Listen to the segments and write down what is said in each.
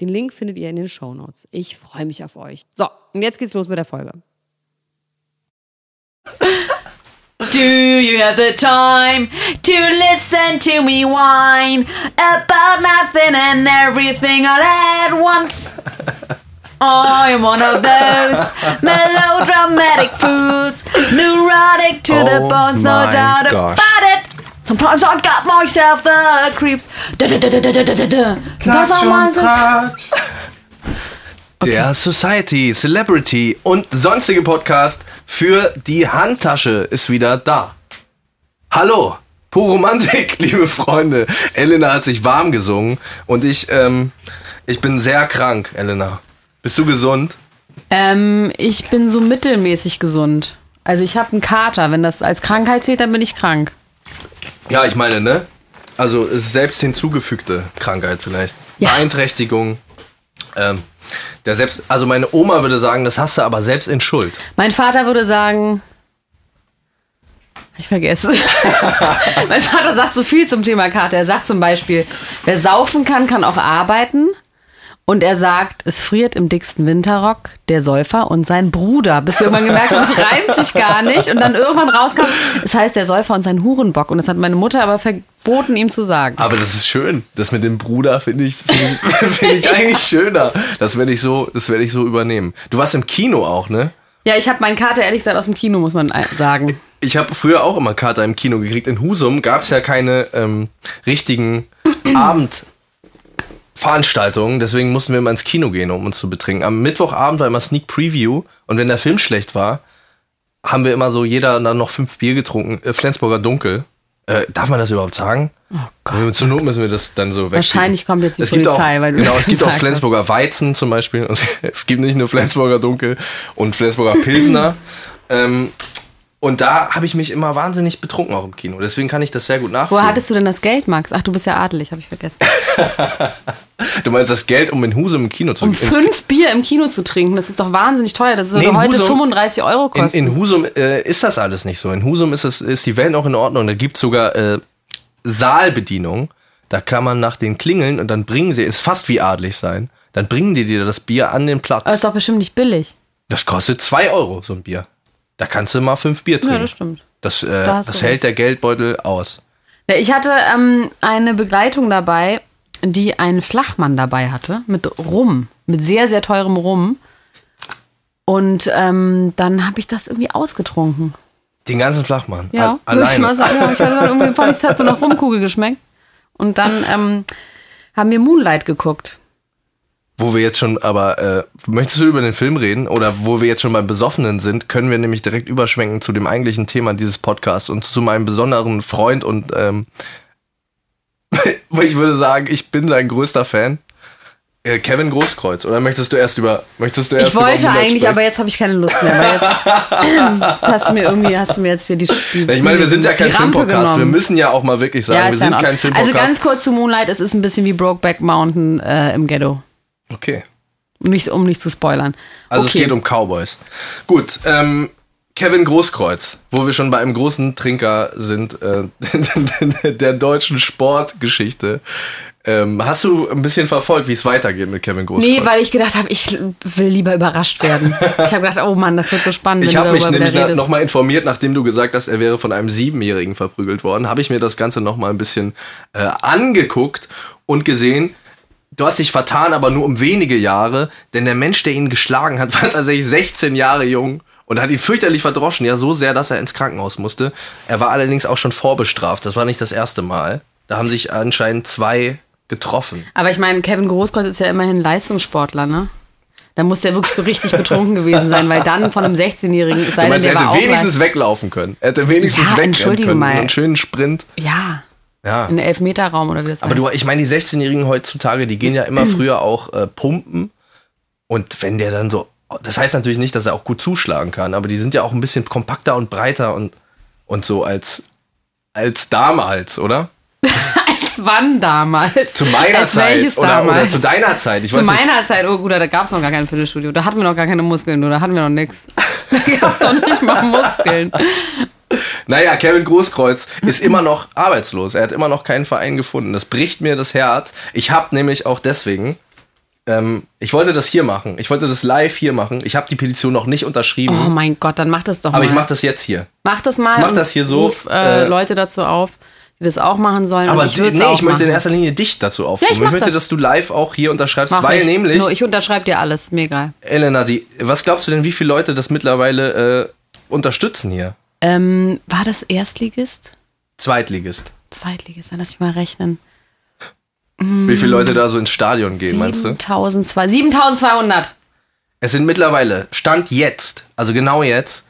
Den Link findet ihr in den Shownotes. Ich freue mich auf euch. So, und jetzt geht's los mit der Folge. Do you have the time to listen to me whine about nothing and everything all at once? I'm one of those melodramatic fools, neurotic to the Oh bones, no my doubt gosh. about it. Sometimes I got myself the creeps. Da, da, da, da, da, da, da, da. Sometimes I myself- Der Society, Celebrity und sonstige Podcast für die Handtasche ist wieder da. Hallo, pure Romantik, liebe Freunde. Elena hat sich warm gesungen und ich, ähm, ich bin sehr krank, Elena. Bist du gesund? Ähm, ich bin so mittelmäßig gesund. Also ich habe einen Kater. Wenn das als Krankheit zählt, dann bin ich krank. Ja, ich meine, ne? Also es ist selbst hinzugefügte Krankheit vielleicht. Beeinträchtigung. Ähm, der selbst, also meine Oma würde sagen, das hast du aber selbst in Schuld. Mein Vater würde sagen, ich vergesse. mein Vater sagt so viel zum Thema Kater. Er sagt zum Beispiel, wer saufen kann, kann auch arbeiten. Und er sagt, es friert im dicksten Winterrock der Säufer und sein Bruder. Bis wir irgendwann gemerkt haben, es reimt sich gar nicht. Und dann irgendwann rauskam, es heißt der Säufer und sein Hurenbock. Und das hat meine Mutter aber verboten, ihm zu sagen. Aber das ist schön. Das mit dem Bruder finde ich, finde ich, finde ich eigentlich schöner. Das werde ich so, das werde ich so übernehmen. Du warst im Kino auch, ne? Ja, ich habe meinen Kater ehrlich gesagt aus dem Kino, muss man sagen. Ich habe früher auch immer Kater im Kino gekriegt. In Husum gab es ja keine ähm, richtigen Abendveranstaltungen. Deswegen mussten wir immer ins Kino gehen, um uns zu betrinken. Am Mittwochabend war immer Sneak Preview. Und wenn der Film schlecht war, haben wir immer so jeder dann noch fünf Bier getrunken. Äh, Flensburger Dunkel. Äh, darf man das überhaupt sagen? Oh Gott. Zur Not müssen wir das dann so weg. Wahrscheinlich kommt jetzt die gibt Polizei, auch, weil du Genau, das es gibt auch gesagt hast. Flensburger Weizen zum Beispiel. Es, es gibt nicht nur Flensburger Dunkel und Flensburger Pilsner. ähm, und da habe ich mich immer wahnsinnig betrunken auch im Kino. Deswegen kann ich das sehr gut nachvollziehen. Woher hattest du denn das Geld, Max? Ach, du bist ja adelig, habe ich vergessen. Du meinst das Geld, um in Husum im Kino zu Um ins- fünf Bier im Kino zu trinken, das ist doch wahnsinnig teuer. Das Nee, würde in heute Husum- 35 Euro In, kosten. in Husum äh, ist das alles nicht so. In Husum ist, es, ist die Welt noch in Ordnung. Da gibt es sogar äh, Saalbedienung. Da kann man nach den Klingeln und dann bringen sie, ist fast wie adlig sein, dann bringen die dir das Bier an den Platz. Aber ist doch bestimmt nicht billig. Das kostet 2 Euro, so ein Bier. Da kannst du mal fünf Bier trinken. das stimmt. Das, äh, Da hast das du hält der Geldbeutel aus. Ja, ich hatte ähm, eine Begleitung dabei, die einen Flachmann dabei hatte, mit Rum, mit sehr, sehr teurem Rum. Und ähm, dann habe ich das irgendwie ausgetrunken. Den ganzen Flachmann. Ja, Al- würde ich mal alleine. sagen. Ja, ich weiß nicht, irgendwie fand ich, es hat so nach Rumkugel geschmeckt. Und dann ähm, haben wir Moonlight geguckt. Wo wir jetzt schon, aber äh, möchtest du über den Film reden oder wo wir jetzt schon beim Besoffenen sind, können wir nämlich direkt überschwenken zu dem eigentlichen Thema dieses Podcasts und zu meinem besonderen Freund und ähm, ich würde sagen, ich bin sein größter Fan. Äh, Kevin Großkreuz. Oder möchtest du erst über, möchtest du erst Ich wollte über Moonlight eigentlich, sprechen? aber jetzt habe ich keine Lust mehr. Weil jetzt, jetzt hast du mir irgendwie, hast du mir jetzt hier die, die Ja, ich meine, wir sind ja die kein Rampe Filmpodcast. Wir genommen. müssen ja auch mal wirklich sagen, ja, wir ist ja in sind Ordnung. kein Filmpodcast. Also ganz kurz zu Moonlight, es ist ein bisschen wie Brokeback Mountain äh, im Ghetto. okay. Um nicht, um nicht zu spoilern. Also okay. es geht um Cowboys. Gut, ähm, Kevin Großkreuz, wo wir schon bei einem großen Trinker sind äh, der deutschen Sportgeschichte. Ähm, hast du ein bisschen verfolgt, wie es weitergeht mit Kevin Großkreuz? Nee, weil ich gedacht habe, ich will lieber überrascht werden. Ich habe gedacht, oh Mann, das wird so spannend, ich wenn habe du mich darüber nämlich wieder redest. nochmal informiert, nachdem du gesagt hast, er wäre von einem Siebenjährigen verprügelt worden, habe ich mir das Ganze nochmal ein bisschen äh, angeguckt und gesehen, du hast dich vertan, aber nur um wenige Jahre, denn der Mensch, der ihn geschlagen hat, war tatsächlich 16 Jahre jung und hat ihn fürchterlich verdroschen, ja so sehr, dass er ins Krankenhaus musste. Er war allerdings auch schon vorbestraft, das war nicht das erste Mal. Da haben sich anscheinend zwei getroffen. Aber ich meine, Kevin Großkreuz ist ja immerhin Leistungssportler, ne? Da muss der wirklich so richtig betrunken gewesen sein, weil dann von einem 16-Jährigen, es sei Du denn, meinst, der er war auch hätte wenigstens mal- weglaufen können. Er hätte wenigstens Ja, wegrennen entschuldige können. mal. Einen schönen Sprint. Ja, Ja. in Elfmeterraum oder wie das Aber du, ich meine, die 16-Jährigen heutzutage, die gehen ja immer Mhm. früher auch äh, pumpen. Und wenn der dann so. Das heißt natürlich nicht, dass er auch gut zuschlagen kann, aber die sind ja auch ein bisschen kompakter und breiter und, und so als, als damals, oder? heißt. Wann damals? Zu meiner Als Zeit Welches oder, damals? oder zu deiner Zeit. Ich Zu weiß nicht. meiner Zeit, oh gut, da gab es noch gar kein Fitnessstudio. Da hatten wir noch gar keine Muskeln oder hatten wir noch nichts. Da gab es noch nicht mal Muskeln. Naja, Kevin Großkreuz Mhm. ist immer noch arbeitslos. Er hat immer noch keinen Verein gefunden. Das bricht mir das Herz. Ich habe nämlich auch deswegen, ähm, ich wollte das hier machen. Ich wollte das live hier machen. Ich habe die Petition noch nicht unterschrieben, Oh mein Gott, dann mach das doch aber mal. ich mache das jetzt hier. mach das mal. mach und das hier so, Ruf, äh, äh, Leute dazu auf, die das auch machen sollen. Aber und ich ich würd's nee, auch ich möchte in machen. erster Linie dich dazu Ja, aufrufen. ich ich mach möchte, das. dass du live auch hier unterschreibst, Mach weil ich. nämlich, Nur ich unterschreibe dir alles, mir egal. Elena, die, was glaubst du denn, wie viele Leute das mittlerweile äh, unterstützen hier? Ähm, war das Erstligist? Zweitligist. Zweitligist, dann lass mich mal rechnen. Wie viele Leute da so ins Stadion gehen, meinst du? 7.200. 7200. Es sind mittlerweile, Stand jetzt, also genau jetzt,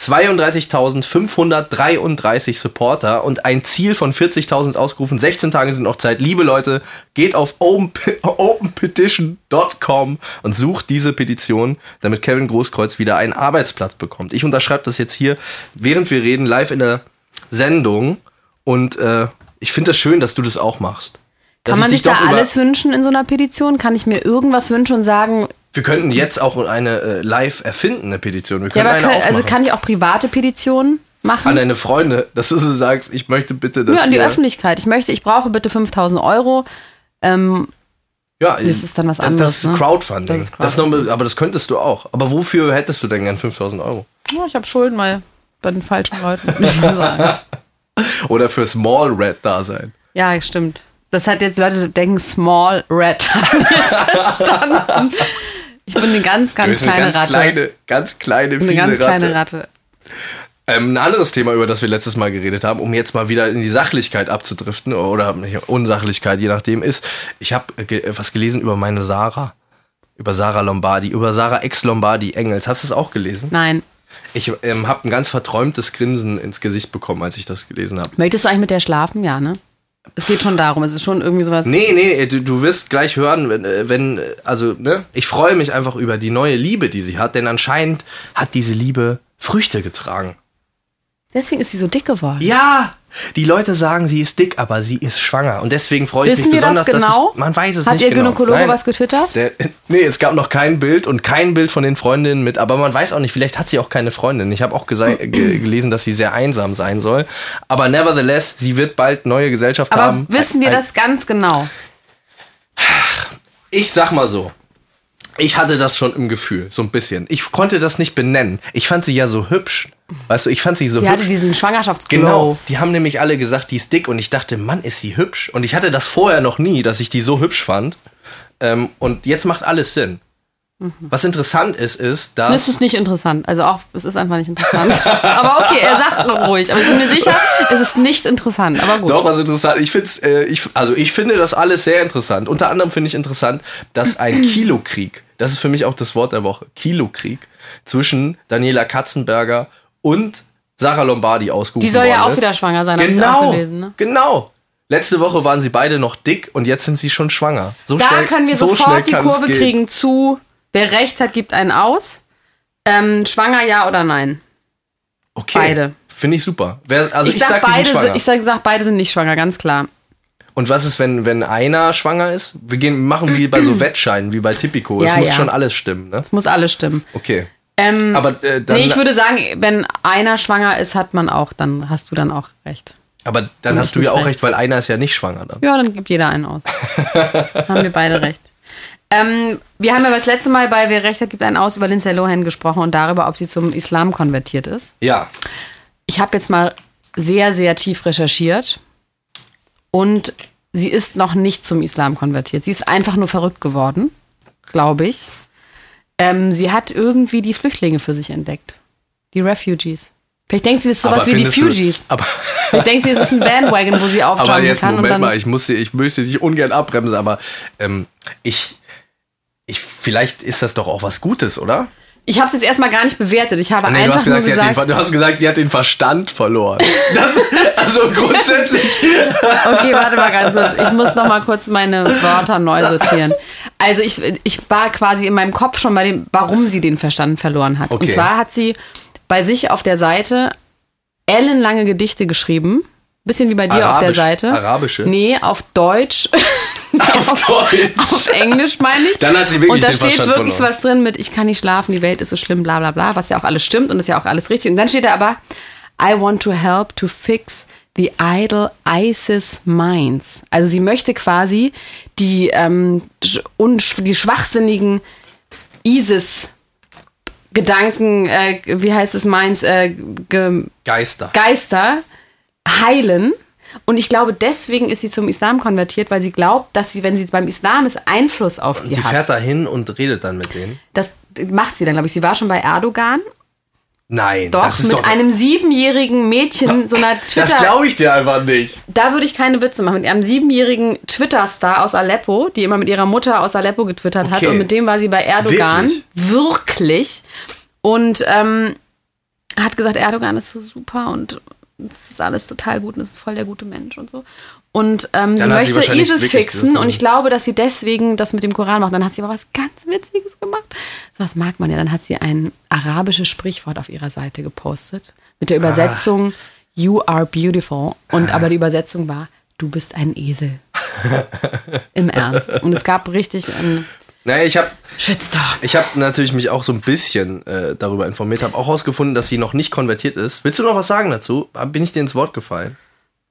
32.533 Supporter und ein Ziel von 40.000 ausgerufen. 16 Tage sind noch Zeit. Liebe Leute, geht auf open- openpetition.com und sucht diese Petition, damit Kevin Großkreuz wieder einen Arbeitsplatz bekommt. Ich unterschreibe das jetzt hier, während wir reden, live in der Sendung. Und äh, ich finde es das schön, dass du das auch machst. Dass ich Kann man dich sich da doch über- alles wünschen in so einer Petition? Kann ich mir irgendwas wünschen und sagen, wir könnten jetzt auch eine äh, live erfindende Petition. Wir ja, können aber eine kann, aufmachen. also kann ich auch private Petitionen machen? an deine Freunde, dass du so sagst, ich möchte bitte, dass ja, an die ihr- Öffentlichkeit. Ich möchte, ich brauche bitte 5000 Euro. Ähm, Ja, Das ist dann was Das ist anderes, ne? Crowdfunding. Das Das ist ist noch, aber das könntest du auch. Aber wofür hättest du denn gern 5000 Euro? ja, ich habe Schulden mal bei den falschen Leuten, würde ich mal sagen. Oder für Small Red Dasein. ja, stimmt. Das hat jetzt Leute denken, Small Red haben jetzt verstanden. Ich bin eine ganz, Du ganz bist eine kleine ganz Ratte. kleine, ganz kleine, eine fiese ganz kleine Ratte. Ratte. Ähm, ein anderes Thema, über das wir letztes Mal geredet haben, um jetzt mal wieder in die Sachlichkeit abzudriften oder nicht, Unsachlichkeit, je nachdem, ist, ich habe äh, ge- äh, was gelesen über meine Sarah. Über Sarah Lombardi, über Sarah ex-Lombardi Engels. Hast du es auch gelesen? Nein. Ich ähm, habe ein ganz verträumtes Grinsen ins Gesicht bekommen, als ich das gelesen habe. Möchtest du eigentlich mit der schlafen? Ja, ne? Es geht schon darum. Es ist schon irgendwie sowas. Nee, nee, du, du wirst gleich hören, wenn, äh, wenn, äh, also, ne? Ich freue mich einfach über die neue Liebe, die sie hat, denn anscheinend hat diese Liebe Früchte getragen. Deswegen ist sie so dick geworden. Ja! Die Leute sagen, sie ist dick, aber sie ist schwanger. Und deswegen freue ich Wissen mich wir besonders, das genau? dass ich, man weiß es Hat nicht ihr genau. Gynäkologe Nein. was getwittert? Der, nee, es gab noch kein Bild und kein Bild von den Freundinnen mit, aber man weiß auch nicht, vielleicht hat sie auch keine Freundin. Ich habe auch gese- ge gelesen, dass sie sehr einsam sein soll. Aber nevertheless, sie wird bald neue Gesellschaft Aber haben. wissen wir Ein- ein- das ganz genau? Ich sag mal so. Ich hatte das schon im Gefühl, so ein bisschen. Ich konnte das nicht benennen. Ich fand sie ja so hübsch. Weißt du, ich fand sie so Sie hübsch. hatte diesen Schwangerschaftsglow. Genau. Die haben nämlich alle gesagt, die ist dick und ich dachte, Mann, ist sie hübsch. Und ich hatte das vorher noch nie, dass ich die so hübsch fand. Ähm, und jetzt macht alles Sinn. Was interessant ist, ist, Das dass. ist nicht interessant. Also auch, es ist einfach nicht interessant. aber okay, er sagt noch ruhig. Aber ich bin mir sicher, es ist nicht interessant. Aber gut. Doch, was interessant. Ich find's, äh, ich, also ich finde das alles sehr interessant. Unter anderem finde ich interessant, dass ein Kilokrieg, das ist für mich auch das Wort der Woche, Kilokrieg zwischen Daniela Katzenberger und Sarah Lombardi ausgerufen Die soll ja worden auch ist. wieder schwanger sein, hab ich Genau, auch gelesen, ne? genau. Letzte Woche waren sie beide noch dick und jetzt sind sie schon schwanger. So Da schnell, können wir so schnell sofort die kann's Kurve gehen. kriegen zu, wer recht hat, gibt einen aus. Ähm, schwanger ja oder nein? Okay. Beide. Finde ich super. Wer, also ich, ich, sag, die sind beide schwanger. sind, ich sag, sag, beide sind nicht schwanger, ganz klar. Und was ist, wenn, wenn einer schwanger ist? Wir gehen, machen wie bei so Wettscheinen, wie bei Tipico. es Ja, muss ja. schon alles stimmen, ne? Muss alles stimmen. Okay. Ähm, Aber äh, dann, nee, ich würde sagen, wenn einer schwanger ist, hat man auch, dann hast du dann auch recht. aber dann Und hast ich du ja muss auch recht. recht, weil einer ist ja nicht schwanger dann. Ja, dann gibt jeder einen aus. haben wir beide recht. Ähm, wir haben ja das letzte Mal bei Wer Recht hat, gibt einen aus über Lindsay Lohan gesprochen und darüber, ob sie zum Islam konvertiert ist. Ja. Ich habe jetzt mal sehr, sehr tief recherchiert und sie ist noch nicht zum Islam konvertiert. Sie ist einfach nur verrückt geworden, glaube ich. Ähm, sie hat irgendwie die Flüchtlinge für sich entdeckt. Die Refugees. Vielleicht denkt sie, das ist sowas wie die findest Fugees. Du, aber, Vielleicht denkt sie, es ist ein Bandwagon, wo sie aber aufjumpen jetzt, kann. und Moment dann mal, ich, muss, dir- ich möchte dich ungern abbremsen, aber ähm, ich, Ich, vielleicht ist das doch auch was Gutes, oder? Ich habe es jetzt erstmal gar nicht bewertet. Ich habe Nee, du einfach hast, gesagt, nur sie hat gesagt, den, du hast gesagt, sie hat den Verstand verloren. Das, also grundsätzlich. Okay, warte mal ganz kurz. Ich muss noch mal kurz meine Wörter neu sortieren. Also ich, ich war quasi in meinem Kopf schon bei dem, warum sie den Verstand verloren hat. Okay. Und zwar hat sie bei sich auf der Seite ellenlange Gedichte geschrieben. Bisschen wie bei dir auf der Arabisch- Seite. arabische? Nee, auf Deutsch. Auf Deutsch. auf Englisch meine ich. Dann hat sie wirklich Und da den steht Verstand wirklich verloren. was drin mit, ich kann nicht schlafen, die Welt ist so schlimm, bla bla bla, was ja auch alles stimmt und ist ja auch alles richtig. Und dann steht da aber, I want to help to fix the idle ISIS minds. Also sie möchte quasi die, ähm, sch- unsch- die schwachsinnigen ISIS Gedanken, äh, wie heißt es, Minds, äh, ge Geister. Geister heilen. Und ich glaube, deswegen ist sie zum Islam konvertiert, weil sie glaubt, dass sie, wenn sie beim Islam ist, Einfluss auf die Sie hat. fährt da hin und redet dann mit denen. Das macht sie dann, glaube ich. Sie war schon bei Erdogan. Nein, Doch, das ist mit doch. einem siebenjährigen Mädchen, so einer das Twitter. glaube ich dir einfach nicht. Da würde ich keine Witze machen. Mit einem siebenjährigen Twitter-Star aus Aleppo, die immer mit ihrer Mutter aus Aleppo getwittert hat. Okay. Und mit dem war sie bei Erdogan. Wirklich. Und ähm, hat gesagt, Erdogan ist so super und es ist alles total gut und es ist voll der gute Mensch und so. Und ähm, sie Dann hat sie möchte wahrscheinlich ISIS wirklich fixen gesagt, und ich glaube, dass sie deswegen das mit dem Koran macht. Dann hat sie aber was ganz Witziges gemacht. So was mag man ja. Dann hat sie ein arabisches Sprichwort auf ihrer Seite gepostet Ah. mit der Übersetzung You are beautiful und aber die Übersetzung war Du bist ein Esel. Im Ernst. Und es gab richtig einen Naja, ich habe Shitstorm. ich hab natürlich mich auch so ein bisschen äh, darüber informiert, habe auch herausgefunden, dass sie noch nicht konvertiert ist. Willst du noch was sagen dazu? Bin ich dir ins Wort gefallen?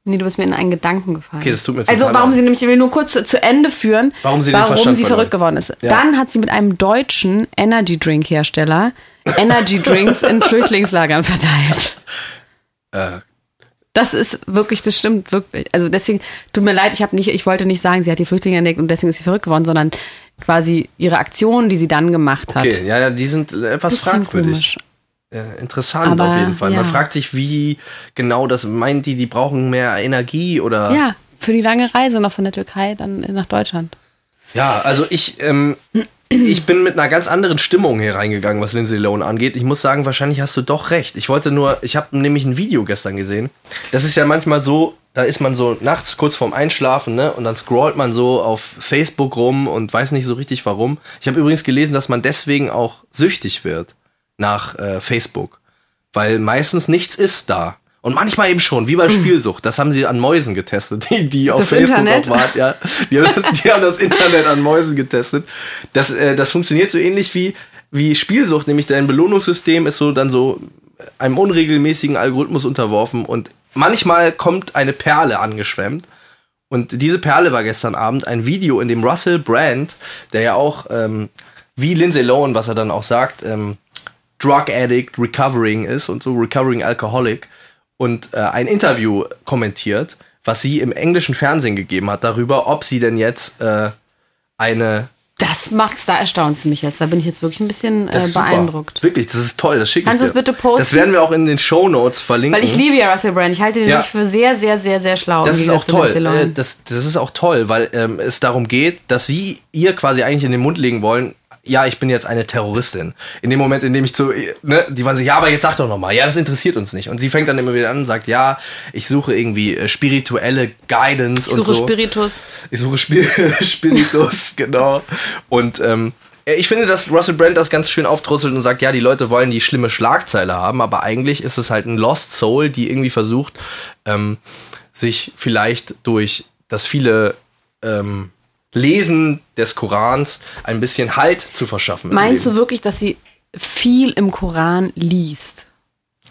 Nee, du bist mir in einen Gedanken gefallen. Okay, das tut mir Also, total warum leid. sie nämlich, ich will nur kurz zu, zu Ende führen, Warum sie den Verstand sie verrückt geworden ist. Ja. Dann hat sie mit einem deutschen Energy Drink Hersteller Energy Drinks in Flüchtlingslagern verteilt. Äh, Das ist wirklich, das stimmt wirklich. Also deswegen, tut mir leid, ich habe nicht, ich wollte nicht sagen, sie hat die Flüchtlinge entdeckt und deswegen ist sie verrückt geworden, sondern quasi ihre Aktion, die sie dann gemacht hat. okay, ja, ja, die sind äh, etwas Bisschen fragwürdig. komisch. Äh, interessant Aber, auf jeden Fall. Man ja. fragt sich, wie genau das meint die, die brauchen mehr Energie oder. Ja, für die lange Reise noch von der Türkei dann nach Deutschland. Ja, also ich, ähm, ich bin mit einer ganz anderen Stimmung hier reingegangen, was Lindsay Lohan angeht. Ich muss sagen, wahrscheinlich hast du doch recht. Ich wollte nur, ich habe nämlich ein Video gestern gesehen. Das ist ja manchmal so, da ist man so nachts kurz vorm Einschlafen, ne? Und dann scrollt man so auf Facebook rum und weiß nicht so richtig warum. Ich habe übrigens gelesen, dass man deswegen auch süchtig wird nach äh, Facebook. Weil meistens nichts ist da. Und manchmal eben schon, wie bei Spielsucht. Das haben sie an Mäusen getestet, die, die auf Hm. Das Facebook Internet? auch waren. Ja, die haben, die haben das Internet an Mäusen getestet. Das, äh, das funktioniert so ähnlich wie, wie Spielsucht, nämlich dein Belohnungssystem ist so dann so einem unregelmäßigen Algorithmus unterworfen und manchmal kommt eine Perle angeschwemmt. Und diese Perle war gestern Abend ein Video, in dem Russell Brand, der ja auch ähm, wie Lindsay Lohan, was er dann auch sagt, ähm, Drug Addict, Recovering ist und so, Recovering Alcoholic, und äh, ein Interview kommentiert, was sie im englischen Fernsehen gegeben hat darüber, ob sie denn jetzt äh, eine Das magst, da erstaunt sie mich jetzt. Da bin ich jetzt wirklich ein bisschen äh, Das ist super. beeindruckt. Wirklich, das ist toll, das schicke ich Kannst du es dir. bitte posten? Das werden wir auch in den Show Notes verlinken. Weil ich liebe ja Russell Brand. Ich halte den Mhm. Ja. wirklich für sehr, sehr, sehr, sehr schlau. das Genau, im ist auch Gegensatz zu toll. Lindsay Lohan. Äh, Das, das ist auch toll, weil ähm, es darum geht, dass sie ihr quasi eigentlich in den Mund legen wollen, ja, ich bin jetzt eine Terroristin. In dem Moment, in dem ich zu, ne, die waren so, ja, aber jetzt sag doch nochmal, ja, das interessiert uns nicht. Und sie fängt dann immer wieder an und sagt, ja, ich suche irgendwie äh, spirituelle Guidance ich und suche so. Spiritus. Ich suche Spiel Spiritus, genau. Und ähm, ich finde, dass Russell Brand das ganz schön aufdrusselt und sagt, ja, die Leute wollen die schlimme Schlagzeile haben, aber eigentlich ist es halt ein Lost Soul, die irgendwie versucht, ähm, sich vielleicht durch das viele ähm, Lesen des Korans ein bisschen Halt zu verschaffen. im Meinst du Leben. wirklich, dass sie viel im Koran liest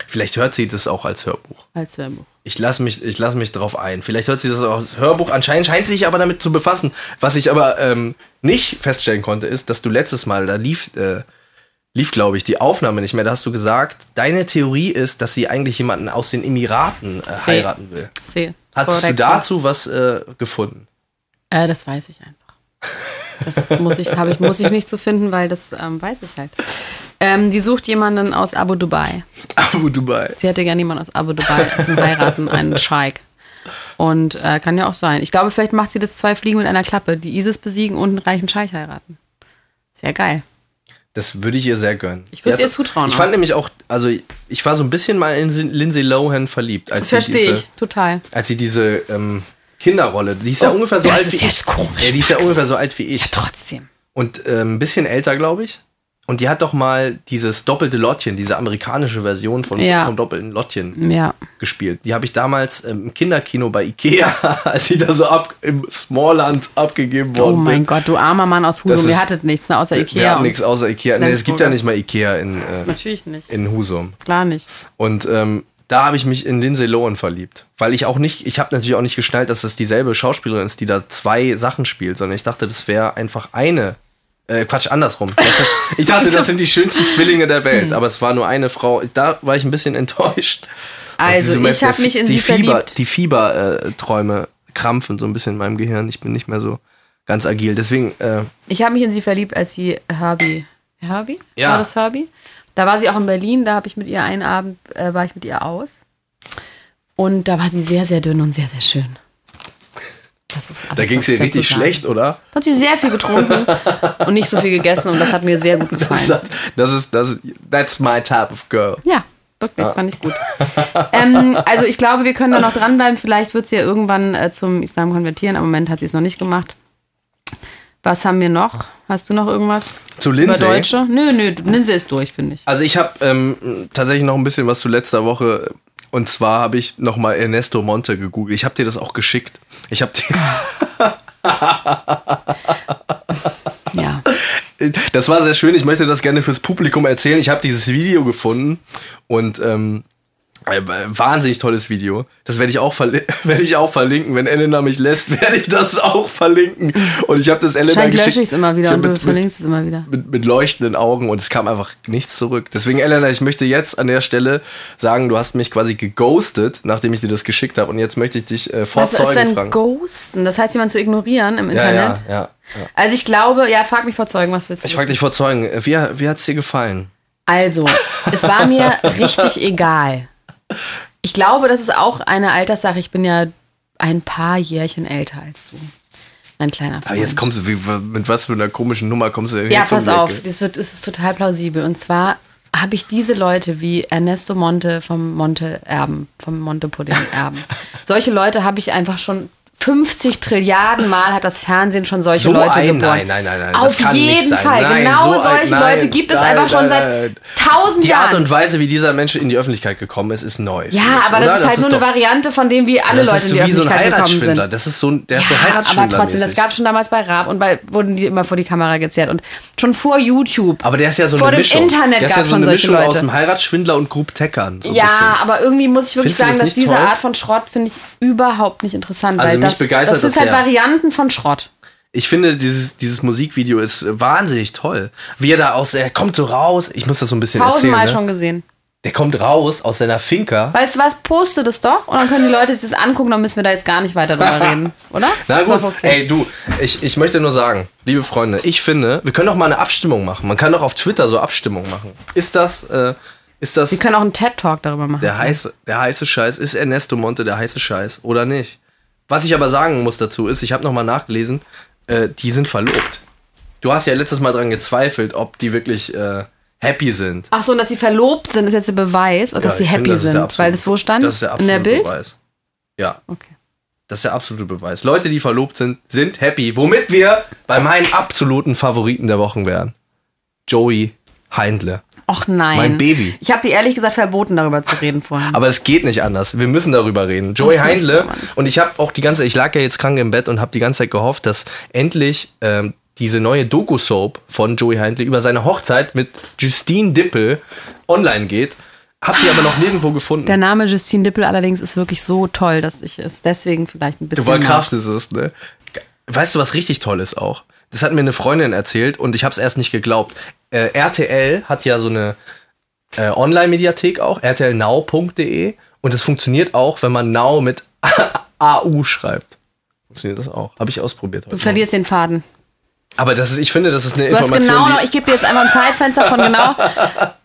Vielleicht hört sie das auch als Hörbuch. als Hörbuch? Ich lasse mich, ich lass mich drauf ein. Vielleicht hört sie das auch als Hörbuch. Anscheinend scheint sie sich aber damit zu befassen. Was ich aber ähm, nicht feststellen konnte, ist, dass du letztes Mal, da lief, äh, lief glaube ich, die Aufnahme nicht mehr. Da hast du gesagt, deine Theorie ist, dass sie eigentlich jemanden aus den Emiraten äh, heiraten will. Sehe. Hast du Korrekt. dazu was äh, gefunden? Äh, das weiß ich einfach. Das muss ich, hab ich, muss ich nicht zu finden, weil das ähm, weiß ich halt. Ähm, die sucht jemanden aus Abu Dhabi. Abu Dubai. Sie hätte gerne jemanden aus Abu Dhabi zum Heiraten, einen Scheik. Und äh, kann ja auch sein. Ich glaube, vielleicht macht sie das zwei Fliegen mit einer Klappe. Die ISIS besiegen und einen reichen Scheich heiraten. Sehr geil. Das würde ich ihr sehr gönnen. Ich würd's ihr zutrauen Ich auch. fand nämlich auch, also ich war so ein bisschen mal in Lindsay Lohan verliebt. Als Das sie diese, verstehe ich. Total. Als sie diese ähm, Kinderrolle, die ist ja ungefähr so Oh, das alt ist wie jetzt ich. komisch, ja, die ist ja Max. ungefähr so alt wie ich. Trotzdem. Und äh, ein bisschen älter, glaube ich. Und die hat doch mal dieses doppelte Lottchen, diese amerikanische Version von, Ja. vom doppelten Lottchen Ja. gespielt. Die habe ich damals ähm, im Kinderkino bei Ikea, als die da so ab, im Smallland abgegeben Oh worden mein bin. Gott, du armer Mann aus Husum. Das Ihr ist- hattet nichts, ne, außer Ikea. Wir hatten und- nichts außer Ikea. Nee, es gibt Flensburger. ja nicht mal Ikea in, äh, Natürlich nicht. in Husum. Klar nicht. Und ähm, da habe ich mich in Lindsay Lohan verliebt. Weil ich auch nicht, ich habe natürlich auch nicht geschnallt, dass das dieselbe Schauspielerin ist, die da zwei Sachen spielt, sondern ich dachte, das wäre einfach eine. Äh, Quatsch, andersrum. Das ist, ich dachte, das sind die schönsten Zwillinge der Hm. Welt, aber es war nur eine Frau. Da war ich ein bisschen enttäuscht. Und Also, diese- ich habe mich in die sie Fieber, verliebt. Die Fieberträume krampfen so ein bisschen in meinem Gehirn. Ich bin nicht mehr so ganz agil. Deswegen, äh, Ich habe mich in sie verliebt, als sie Herbie. Herbie? Ja. War das Herbie? Da war sie auch in Berlin, da habe ich mit ihr einen Abend, äh, war ich mit ihr aus. Und da war sie sehr, sehr dünn und sehr, sehr schön. Das ist alles, da ging was es ich ihr dazu richtig sagen schlecht, oder? Da hat sie sehr viel getrunken und nicht so viel gegessen und das hat mir sehr gut Das, gefallen. das ist, das ist, that's my type of girl. Ja, wirklich, das fand ich gut. ähm, also ich glaube, wir können da noch dranbleiben. Vielleicht wird sie ja irgendwann äh, zum Islam konvertieren. Im Moment hat sie es noch nicht gemacht. Was haben wir noch? Hast du noch irgendwas? Zu Über Lindsay? Deutsche? Nö, nö, Linse ist durch, finde ich. Also ich habe ähm, tatsächlich noch ein bisschen was zu letzter Woche. Und zwar habe ich nochmal Ernesto Monte gegoogelt. Ich habe dir das auch geschickt. Ich habe Ja. Das war sehr schön. Ich möchte das gerne fürs Publikum erzählen. Ich habe dieses Video gefunden und ähm, ein wahnsinnig tolles Video. Das werde ich auch verli- werde ich auch verlinken. Wenn Elena mich lässt, werde ich das auch verlinken. Und ich habe das Elena Wahrscheinlich geschickt. lösche ich es immer wieder Ich und hab du mit- mit- verlinkst es immer wieder. mit, mit leuchtenden Augen und es kam einfach nichts zurück. Deswegen, Elena, ich möchte jetzt an der Stelle sagen, du hast mich quasi geghostet, nachdem ich dir das geschickt habe. Und jetzt möchte ich dich äh, vor Was ist Zeugen denn fragen. Ghosten? Das heißt, jemanden zu ignorieren im ja, Internet? ja, ja. Also ich glaube, ja, frag mich vor Zeugen, was willst du? Ich frage dich vor Zeugen, äh, wie, wie hat es dir gefallen? Also, es war mir richtig egal. Ich glaube, das ist auch eine Alterssache. Ich bin ja ein paar Jährchen älter als du. Mein kleiner Aber Freund. jetzt kommst du, wie, mit was für einer komischen Nummer kommst du denn ja, jetzt um pass die auf, Ecke? das wird, es ist total plausibel. Und zwar habe ich diese Leute wie Ernesto Monte vom Monte Erben, vom Monte Pudding Erben. Solche Leute habe ich einfach schon 50 Trilliarden Mal hat das Fernsehen schon solche So Leute ein- geboren. nein, nein, nein, nein, das Auf kann nicht jeden sein. Fall. Nein, genau so ein- solche nein, Leute gibt es nein, einfach schon nein, seit nein. tausend Die Jahren. Art und Weise, wie dieser Mensch in die Öffentlichkeit gekommen ist, ist neu. für Ja, mich, aber oder? das ist halt nur doch- eine Variante von dem, wie alle Das Leute ist in so die wie so ein Öffentlichkeit gekommen Heiratsschwindler. sind. Das ist so ein, der ist so Ja, Heiratsschwindler. aber trotzdem, das gab schon damals bei Raab und bei, wurden die immer vor die Kamera gezerrt. Und schon vor YouTube. Aber der ist ja so Vor eine dem Mischung. Internet der ist ja gab so schon eine solche Mischung aus Leute. dem Heiratsschwindler und Grub Teckern. So ein ja, bisschen. aber irgendwie muss ich wirklich Findest du das sagen, dass nicht diese toll? Art von Schrott finde ich überhaupt nicht interessant. Also weil mich das, begeistert das sind das halt sehr. Varianten von Schrott. Ich finde, dieses, dieses Musikvideo ist äh, wahnsinnig toll. Wie er da aus, er kommt so raus, ich muss das so ein bisschen erzählen. Tausendmal ne? schon gesehen. Der kommt raus aus seiner Finca. Weißt du was, poste das doch und dann können die Leute sich das angucken, dann müssen wir da jetzt gar nicht weiter drüber reden, oder? Na Ist gut, doch okay. ey du, ich, ich möchte nur sagen, liebe Freunde, ich finde, wir können doch mal eine Abstimmung machen. Man kann doch auf Twitter so Abstimmung machen. Ist das, äh, ist das Wir können auch einen TED-Talk darüber machen. der heiße, der heiße Scheiß? Ist Ernesto Monte der heiße Scheiß oder nicht? Was ich aber sagen muss dazu ist, ich habe nochmal nachgelesen, äh, die sind verlobt. Du hast ja letztes Mal dran gezweifelt, ob die wirklich äh, happy sind. Ach so, und dass sie verlobt sind, ist jetzt der Beweis, oder dass sie ich happy finde, das ist sind. der absolute- weil das wo stand? Das ist der In absolute der Bild? Beweis. Ja, Okay. das ist der absolute Beweis. Leute, die verlobt sind, sind happy. Womit wir bei meinem absoluten Favoriten der Wochen wären. Joey Heindle. Och nein. Mein Baby. Ich habe dir ehrlich gesagt verboten, darüber zu reden vorhin. Aber es geht nicht anders. Wir müssen darüber reden. Joey Ich möchte Heindle. aber nicht. Und ich habe auch die ganze ich lag ja jetzt krank im Bett und habe die ganze Zeit gehofft, dass endlich ähm, diese neue Doku-Soap von Joey Heindle über seine Hochzeit mit Justine Dippel online geht. Hab sie aber noch nirgendwo gefunden. der Name Justine Dippel allerdings ist wirklich so toll, dass ich es deswegen vielleicht ein bisschen. Du voll mag. Kraft ist es, ne? Weißt du, was richtig toll ist auch? Das hat mir eine Freundin erzählt und ich habe es erst nicht geglaubt. Äh, RTL hat ja so eine äh, Online-Mediathek auch, rtlnow.de E. und es funktioniert auch, wenn man now mit AU schreibt. Funktioniert das auch? Habe ich ausprobiert heute. Du verlierst den Faden. Morgen. Aber das ist, ich finde, das ist eine Du hast Information, genau noch, die, ich gebe dir jetzt einfach ein Zeitfenster von genau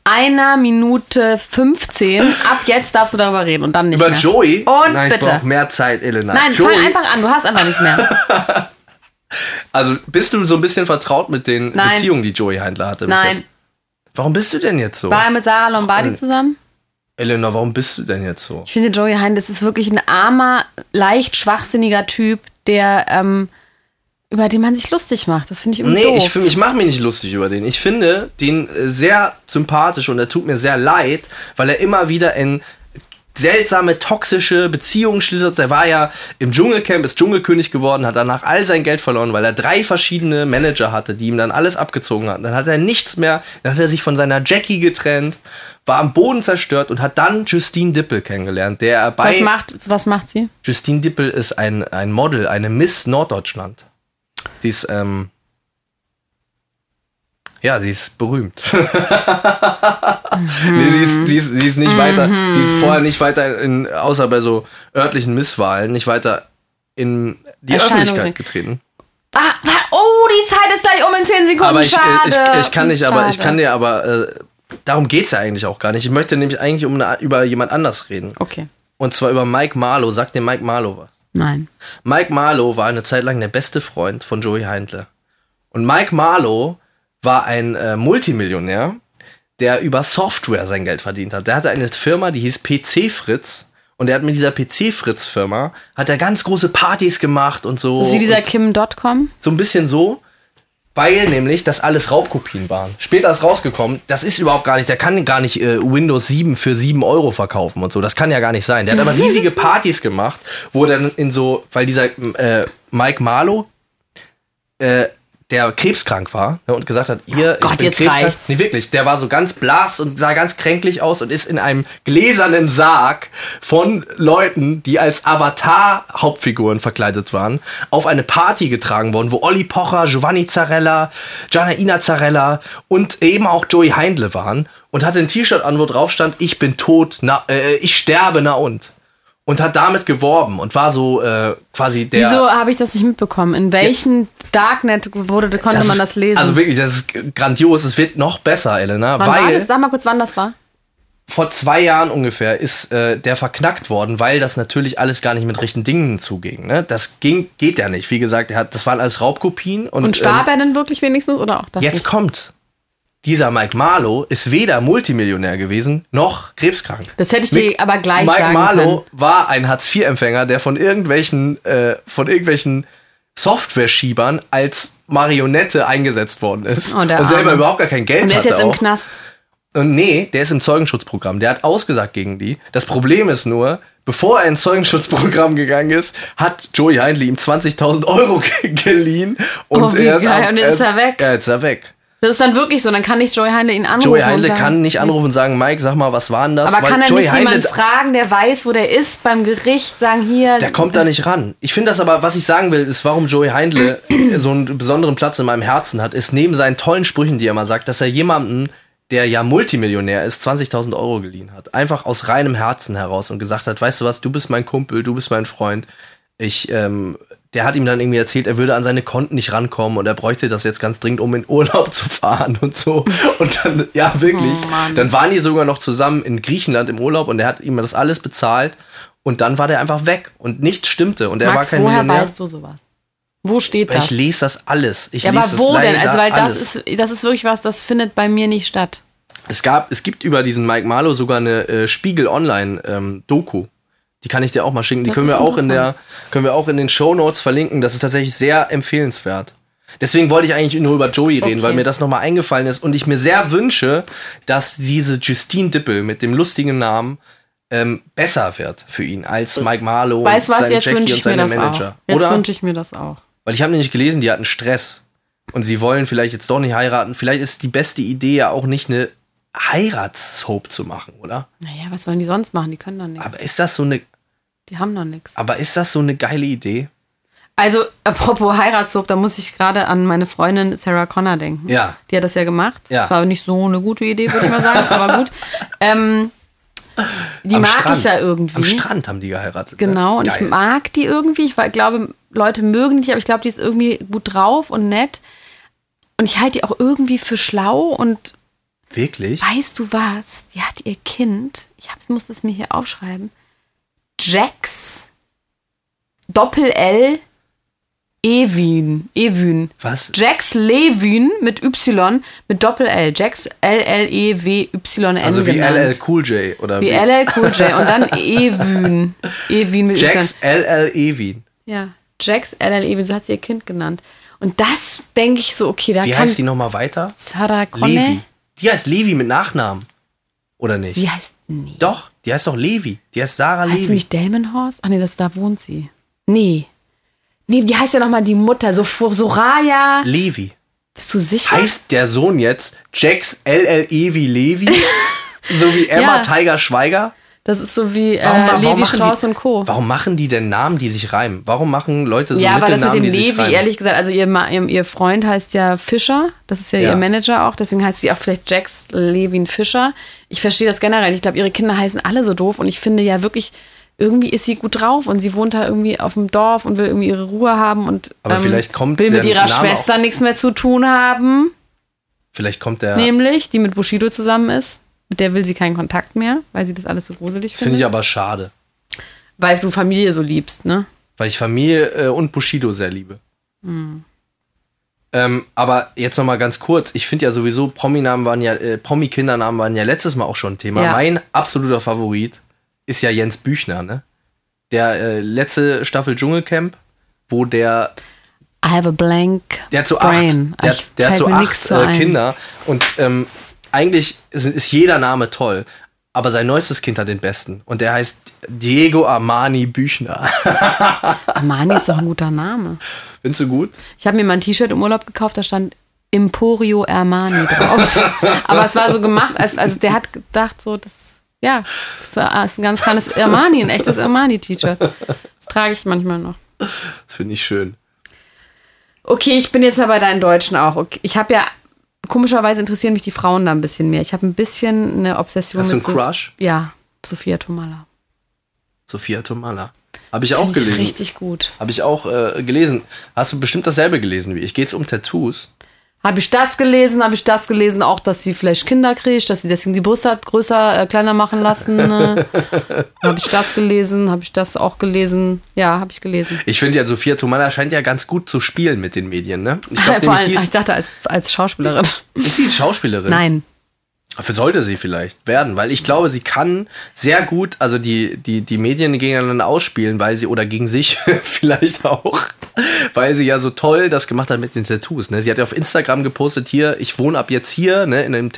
einer Minute 15. Ab jetzt darfst du darüber reden und dann nicht über mehr. Joey. Und Nein, ich bitte. brauch mehr Zeit, Elena. Nein, Joey, fang einfach an, du hast einfach nicht mehr. Also bist du so ein bisschen vertraut mit den Nein. Beziehungen, die Joey Heindler hatte? bis Nein. jetzt? Warum bist du denn jetzt so? War er mit Sarah Lombardi Mann. zusammen? Elena, warum bist du denn jetzt so? Ich finde, Joey Hein, das ist wirklich ein armer, leicht schwachsinniger Typ, der, ähm, über den man sich lustig macht. Das finde ich irgendwie Nee, doof. ich, find- ich mache mich nicht lustig über den. Ich finde den äh, sehr sympathisch und er tut mir sehr leid, weil er immer wieder in seltsame, toxische Beziehungen schlittert. Er war ja im Dschungelcamp, ist Dschungelkönig geworden, hat danach all sein Geld verloren, weil er drei verschiedene Manager hatte, die ihm dann alles abgezogen hatten. Dann hat er nichts mehr, dann hat er sich von seiner Jackie getrennt, war am Boden zerstört und hat dann Justine Dippel kennengelernt, der er bei... was, macht, was macht sie? Justine Dippel ist ein, ein Model, eine Miss Norddeutschland. Sie ist, ähm, ja, sie ist berühmt. nee, sie ist, sie ist, sie ist nicht weiter, sie ist vorher nicht weiter in, außer bei so örtlichen Misswahlen, nicht weiter in die Erscheinung bringen. Öffentlichkeit getreten. Ah, wa- oh, die Zeit ist gleich um in 10 Sekunden. Aber ich, äh, Schade. ich, ich kann nicht, aber ich Schade. kann dir aber, äh, darum geht's ja eigentlich auch gar nicht. Ich möchte nämlich eigentlich um eine, über jemand anders reden. Okay. Und zwar über Mike Marlow. Sag dir Mike Marlow was. Nein. Mike Marlow war eine Zeit lang der beste Freund von Joey Heindle. Und Mike Marlow war ein äh, Multimillionär, der über Software sein Geld verdient hat. Der hatte eine Firma, die hieß PC Fritz. Und er hat mit dieser PC Fritz Firma, hat er ganz große Partys gemacht und so. Das ist wie dieser Oh, und Kim.com. so ein bisschen so, weil nämlich das alles Raubkopien waren. Später ist rausgekommen, das ist überhaupt gar nicht, der kann gar nicht äh, Windows 7 für 7 Euro verkaufen und so. Das kann ja gar nicht sein. Der hat aber riesige Partys gemacht, wo dann in so, weil dieser äh, Mike Marlow, äh, der krebskrank war ne, und gesagt hat, ihr, Oh Gott, jetzt reicht's. Nee, wirklich, der war so ganz blass und sah ganz kränklich aus und ist in einem gläsernen Sarg von Leuten, die als Avatar-Hauptfiguren verkleidet waren, auf eine Party getragen worden, wo Olli Pocher, Giovanni Zarella, Janaina Zarella und eben auch Joey Heindle waren und hatte ein T-Shirt an, wo drauf stand, ich bin tot, na, äh, ich sterbe, na und. Und hat damit geworben und war so äh, quasi der... Wieso habe ich das nicht mitbekommen? In welchem Darknet wurde, konnte man das ist- lesen? Also wirklich, das ist grandios. Es wird noch besser, Elena, Wann war weil das? Sag mal kurz, wann das war. vor zwei Jahren ungefähr ist äh, der verknackt worden, weil das natürlich alles gar nicht mit rechten Dingen zuging. Ne? Das ging, geht ja nicht. Wie gesagt, er hat, das waren alles Raubkopien. Und, Und starb ähm, er denn wirklich wenigstens oder auch das? jetzt nicht? kommt. Dieser Mike Marlow ist weder Multimillionär gewesen, noch krebskrank. Das hätte ich dir Mick- aber gleich Mike sagen Marlow war ein Hartz-IV-Empfänger, der von irgendwelchen, äh, von irgendwelchen Software-Schiebern als Marionette eingesetzt worden ist. Oh, und der selber Arme. überhaupt gar kein Geld Und der ist hatte jetzt auch. im Knast. Und nee, der ist im Zeugenschutzprogramm. Der hat ausgesagt gegen die. Das Problem ist nur, bevor er ins Zeugenschutzprogramm gegangen ist, hat Joey Heindli ihm 20.000 Euro ge- geliehen. Und Oh, wie er ist geil. am- Und jetzt ist er weg. Ja, jetzt ist er weg. Das ist dann wirklich so. Dann kann nicht Joey Heindle ihn anrufen. Joey und Heindle sagen- kann nicht anrufen und sagen, Mike, sag mal, was war denn das? Aber Weil kann er Joey nicht Heindle- jemanden fragen, der weiß, wo der ist, beim Gericht, sagen hier. Der kommt da nicht ran. Ich finde das aber, was ich sagen will, ist, warum Joey Heindle so einen besonderen Platz in meinem Herzen hat, ist neben seinen tollen Sprüchen, die er mal sagt, dass er jemanden, der ja Multimillionär ist, 20.000 Euro geliehen hat. Einfach aus reinem Herzen heraus und gesagt hat, weißt du was, du bist mein Kumpel, du bist mein Freund. Ich, ähm, der hat ihm dann irgendwie erzählt, er würde an seine Konten nicht rankommen und er bräuchte das jetzt ganz dringend, um in Urlaub zu fahren und so. Und dann, ja, wirklich. Oh, dann waren die sogar noch zusammen in Griechenland im Urlaub und er hat ihm das alles bezahlt. Und dann war der einfach weg und nichts stimmte und er Max, war kein woher Millionär. weißt du sowas? Wo steht Weil das? ich lese das alles. Ich ja, lese aber das wo denn? leider Also, weil das alles. ist, das ist wirklich was, das findet bei mir nicht statt. es gab, es gibt über diesen Mike Marlow sogar eine äh, Spiegel Online ähm, Doku. Die kann ich dir auch mal schicken. Die Das können ist wir auch in der, interessant. können wir auch in den Show Notes verlinken. Das ist tatsächlich sehr empfehlenswert. Deswegen wollte ich eigentlich nur über Joey reden, Okay. weil mir das nochmal eingefallen ist und ich mir sehr wünsche, dass diese Justine Dippel mit dem lustigen Namen ähm, besser wird für ihn als Mike Marlow Weißt du und was? seine Jetzt Jackie wünsche und ich mir seine das Manager. auch. Jetzt Oder? wünsche ich mir das auch. Weil ich habe nämlich gelesen, die hatten Stress. Und sie wollen vielleicht jetzt doch nicht heiraten. Vielleicht ist die beste Idee ja auch nicht eine Heiratssoap zu machen, oder? Naja, was sollen die sonst machen? Die können doch nichts. Aber ist das so eine, Die haben doch nichts. aber ist das so eine geile Idee? Also, apropos Heiratshob, da muss ich gerade an meine Freundin Sarah Connor denken. Ja. Die hat das ja gemacht. Ja. Das war nicht so eine gute Idee, würde ich mal sagen, aber gut. Ähm, die Am mag Strand. ich ja irgendwie. Am Strand haben die geheiratet. ne? Genau, und Geil. ich mag die irgendwie. Ich wa- glaube, Leute mögen die, aber ich glaube, die ist irgendwie gut drauf und nett. Und ich halte die auch irgendwie für schlau und Wirklich? weißt du was? Die hat ihr Kind, ich hab, musste es mir hier aufschreiben, Jax, Doppel-L, Ewin. Ewin. Was? Jax Lewin mit Y, mit Doppel-L. Jax E L-L-E-W-Y-N. Also wie genannt. LL Cool J oder Wie LL Cool J. Und dann Ewin. Ewin mit Jax LL Ewin. Y. Ja. Jax LL Ewin, so hat sie ihr Kind genannt. Und das denke ich so, okay, da Wie kann heißt die nochmal weiter? Sarah Connell. Levi. Die heißt Levi mit Nachnamen. Oder nicht? Sie heißt. Nee. Doch, die heißt doch Levi. Die heißt Sarah Heißt sie Levi. nicht Delmenhorst? Ach nee, das, da wohnt sie. Nee. Nee, die heißt ja nochmal die Mutter. So vor Soraya. Levi. Bist du sicher? Heißt der Sohn jetzt Jax LL Evi Levi? so wie Emma Ja. Tiger Schweiger? Das ist so wie äh, ma- Levi machen Strauss die, und Co. Warum machen die denn Namen, die sich reimen? Warum machen Leute so ja, aber das mit Mittelnamen, dem die sich Levi, reimen? ehrlich gesagt, also ihr, Ma- ihr, ihr Freund heißt ja Fischer, das ist ja, Ja. ihr Manager auch, deswegen heißt sie auch vielleicht Jax Levin Fischer. Ich verstehe das generell. Ich glaube, ihre Kinder heißen alle so doof und ich finde ja wirklich, irgendwie ist sie gut drauf und sie wohnt da irgendwie auf dem Dorf und will irgendwie ihre Ruhe haben und ähm, Aber vielleicht kommt will mit der ihrer Name auch- Schwester nichts mehr zu tun haben, Vielleicht kommt der. nämlich, die mit Bushido zusammen ist. Mit der will sie keinen Kontakt mehr, weil sie das alles so gruselig Finde findet. ich aber schade. weil du Familie so liebst, ne? Weil ich Familie äh, und Bushido sehr liebe. Hm. Ähm, aber jetzt nochmal ganz kurz. Ich finde ja sowieso, Prominamen waren ja, äh, Promi-Kindernamen waren ja letztes Mal auch schon ein Thema. Ja. Mein absoluter Favorit ist ja Jens Büchner, ne? Der äh, letzte Staffel Dschungelcamp, wo der I have a blank Der hat so brain. acht, der, Ich- der hat fällt so mir acht nix zu äh, ein. Kinder und ähm, eigentlich ist, ist jeder Name toll, aber sein neuestes Kind hat den besten und der heißt Diego Armani Büchner. Armani ist doch ein guter Name. Findest du gut? Ich habe mir mal ein T-Shirt im Urlaub gekauft, da stand Emporio Armani drauf. Aber es war so gemacht, als, also der hat gedacht, so, das, ja, das war- ah, ist ein ganz kleines Armani, ein echtes Armani-T-Shirt. Das trage ich manchmal noch. Das finde ich schön. Okay, ich bin jetzt ja bei deinen Deutschen auch. Okay, ich habe ja, komischerweise interessieren mich die Frauen da ein bisschen mehr. Ich habe ein bisschen eine Obsession Hast du mit einen so- Crush? Ja, Sophia Tomala. Sophia Tomala. Habe ich auch Finde ich gelesen. Richtig gut. Habe ich auch äh, gelesen. Hast du bestimmt dasselbe gelesen wie ich. Geht's um Tattoos? Habe ich das gelesen, habe ich das gelesen, auch, dass sie vielleicht Kinder kriegt, dass sie deswegen die Brust hat, größer, äh, kleiner machen lassen. Äh. habe ich das gelesen, habe ich das auch gelesen. Ja, habe ich gelesen. Ich finde ja, Sophia Tomala scheint ja ganz gut zu spielen mit den Medien, ne? Ich glaube Äh, Vor nämlich, allem, die ich ist, dachte, als, als Schauspielerin. ist sie Schauspielerin. Nein. Dafür sollte sie vielleicht werden, weil ich glaube, sie kann sehr gut, also die, die, die Medien gegeneinander ausspielen, weil sie, oder gegen sich vielleicht auch, weil sie ja so toll das gemacht hat mit den Tattoos. Ne? Sie hat ja auf Instagram gepostet, hier, ich wohne ab jetzt hier, ne, in einem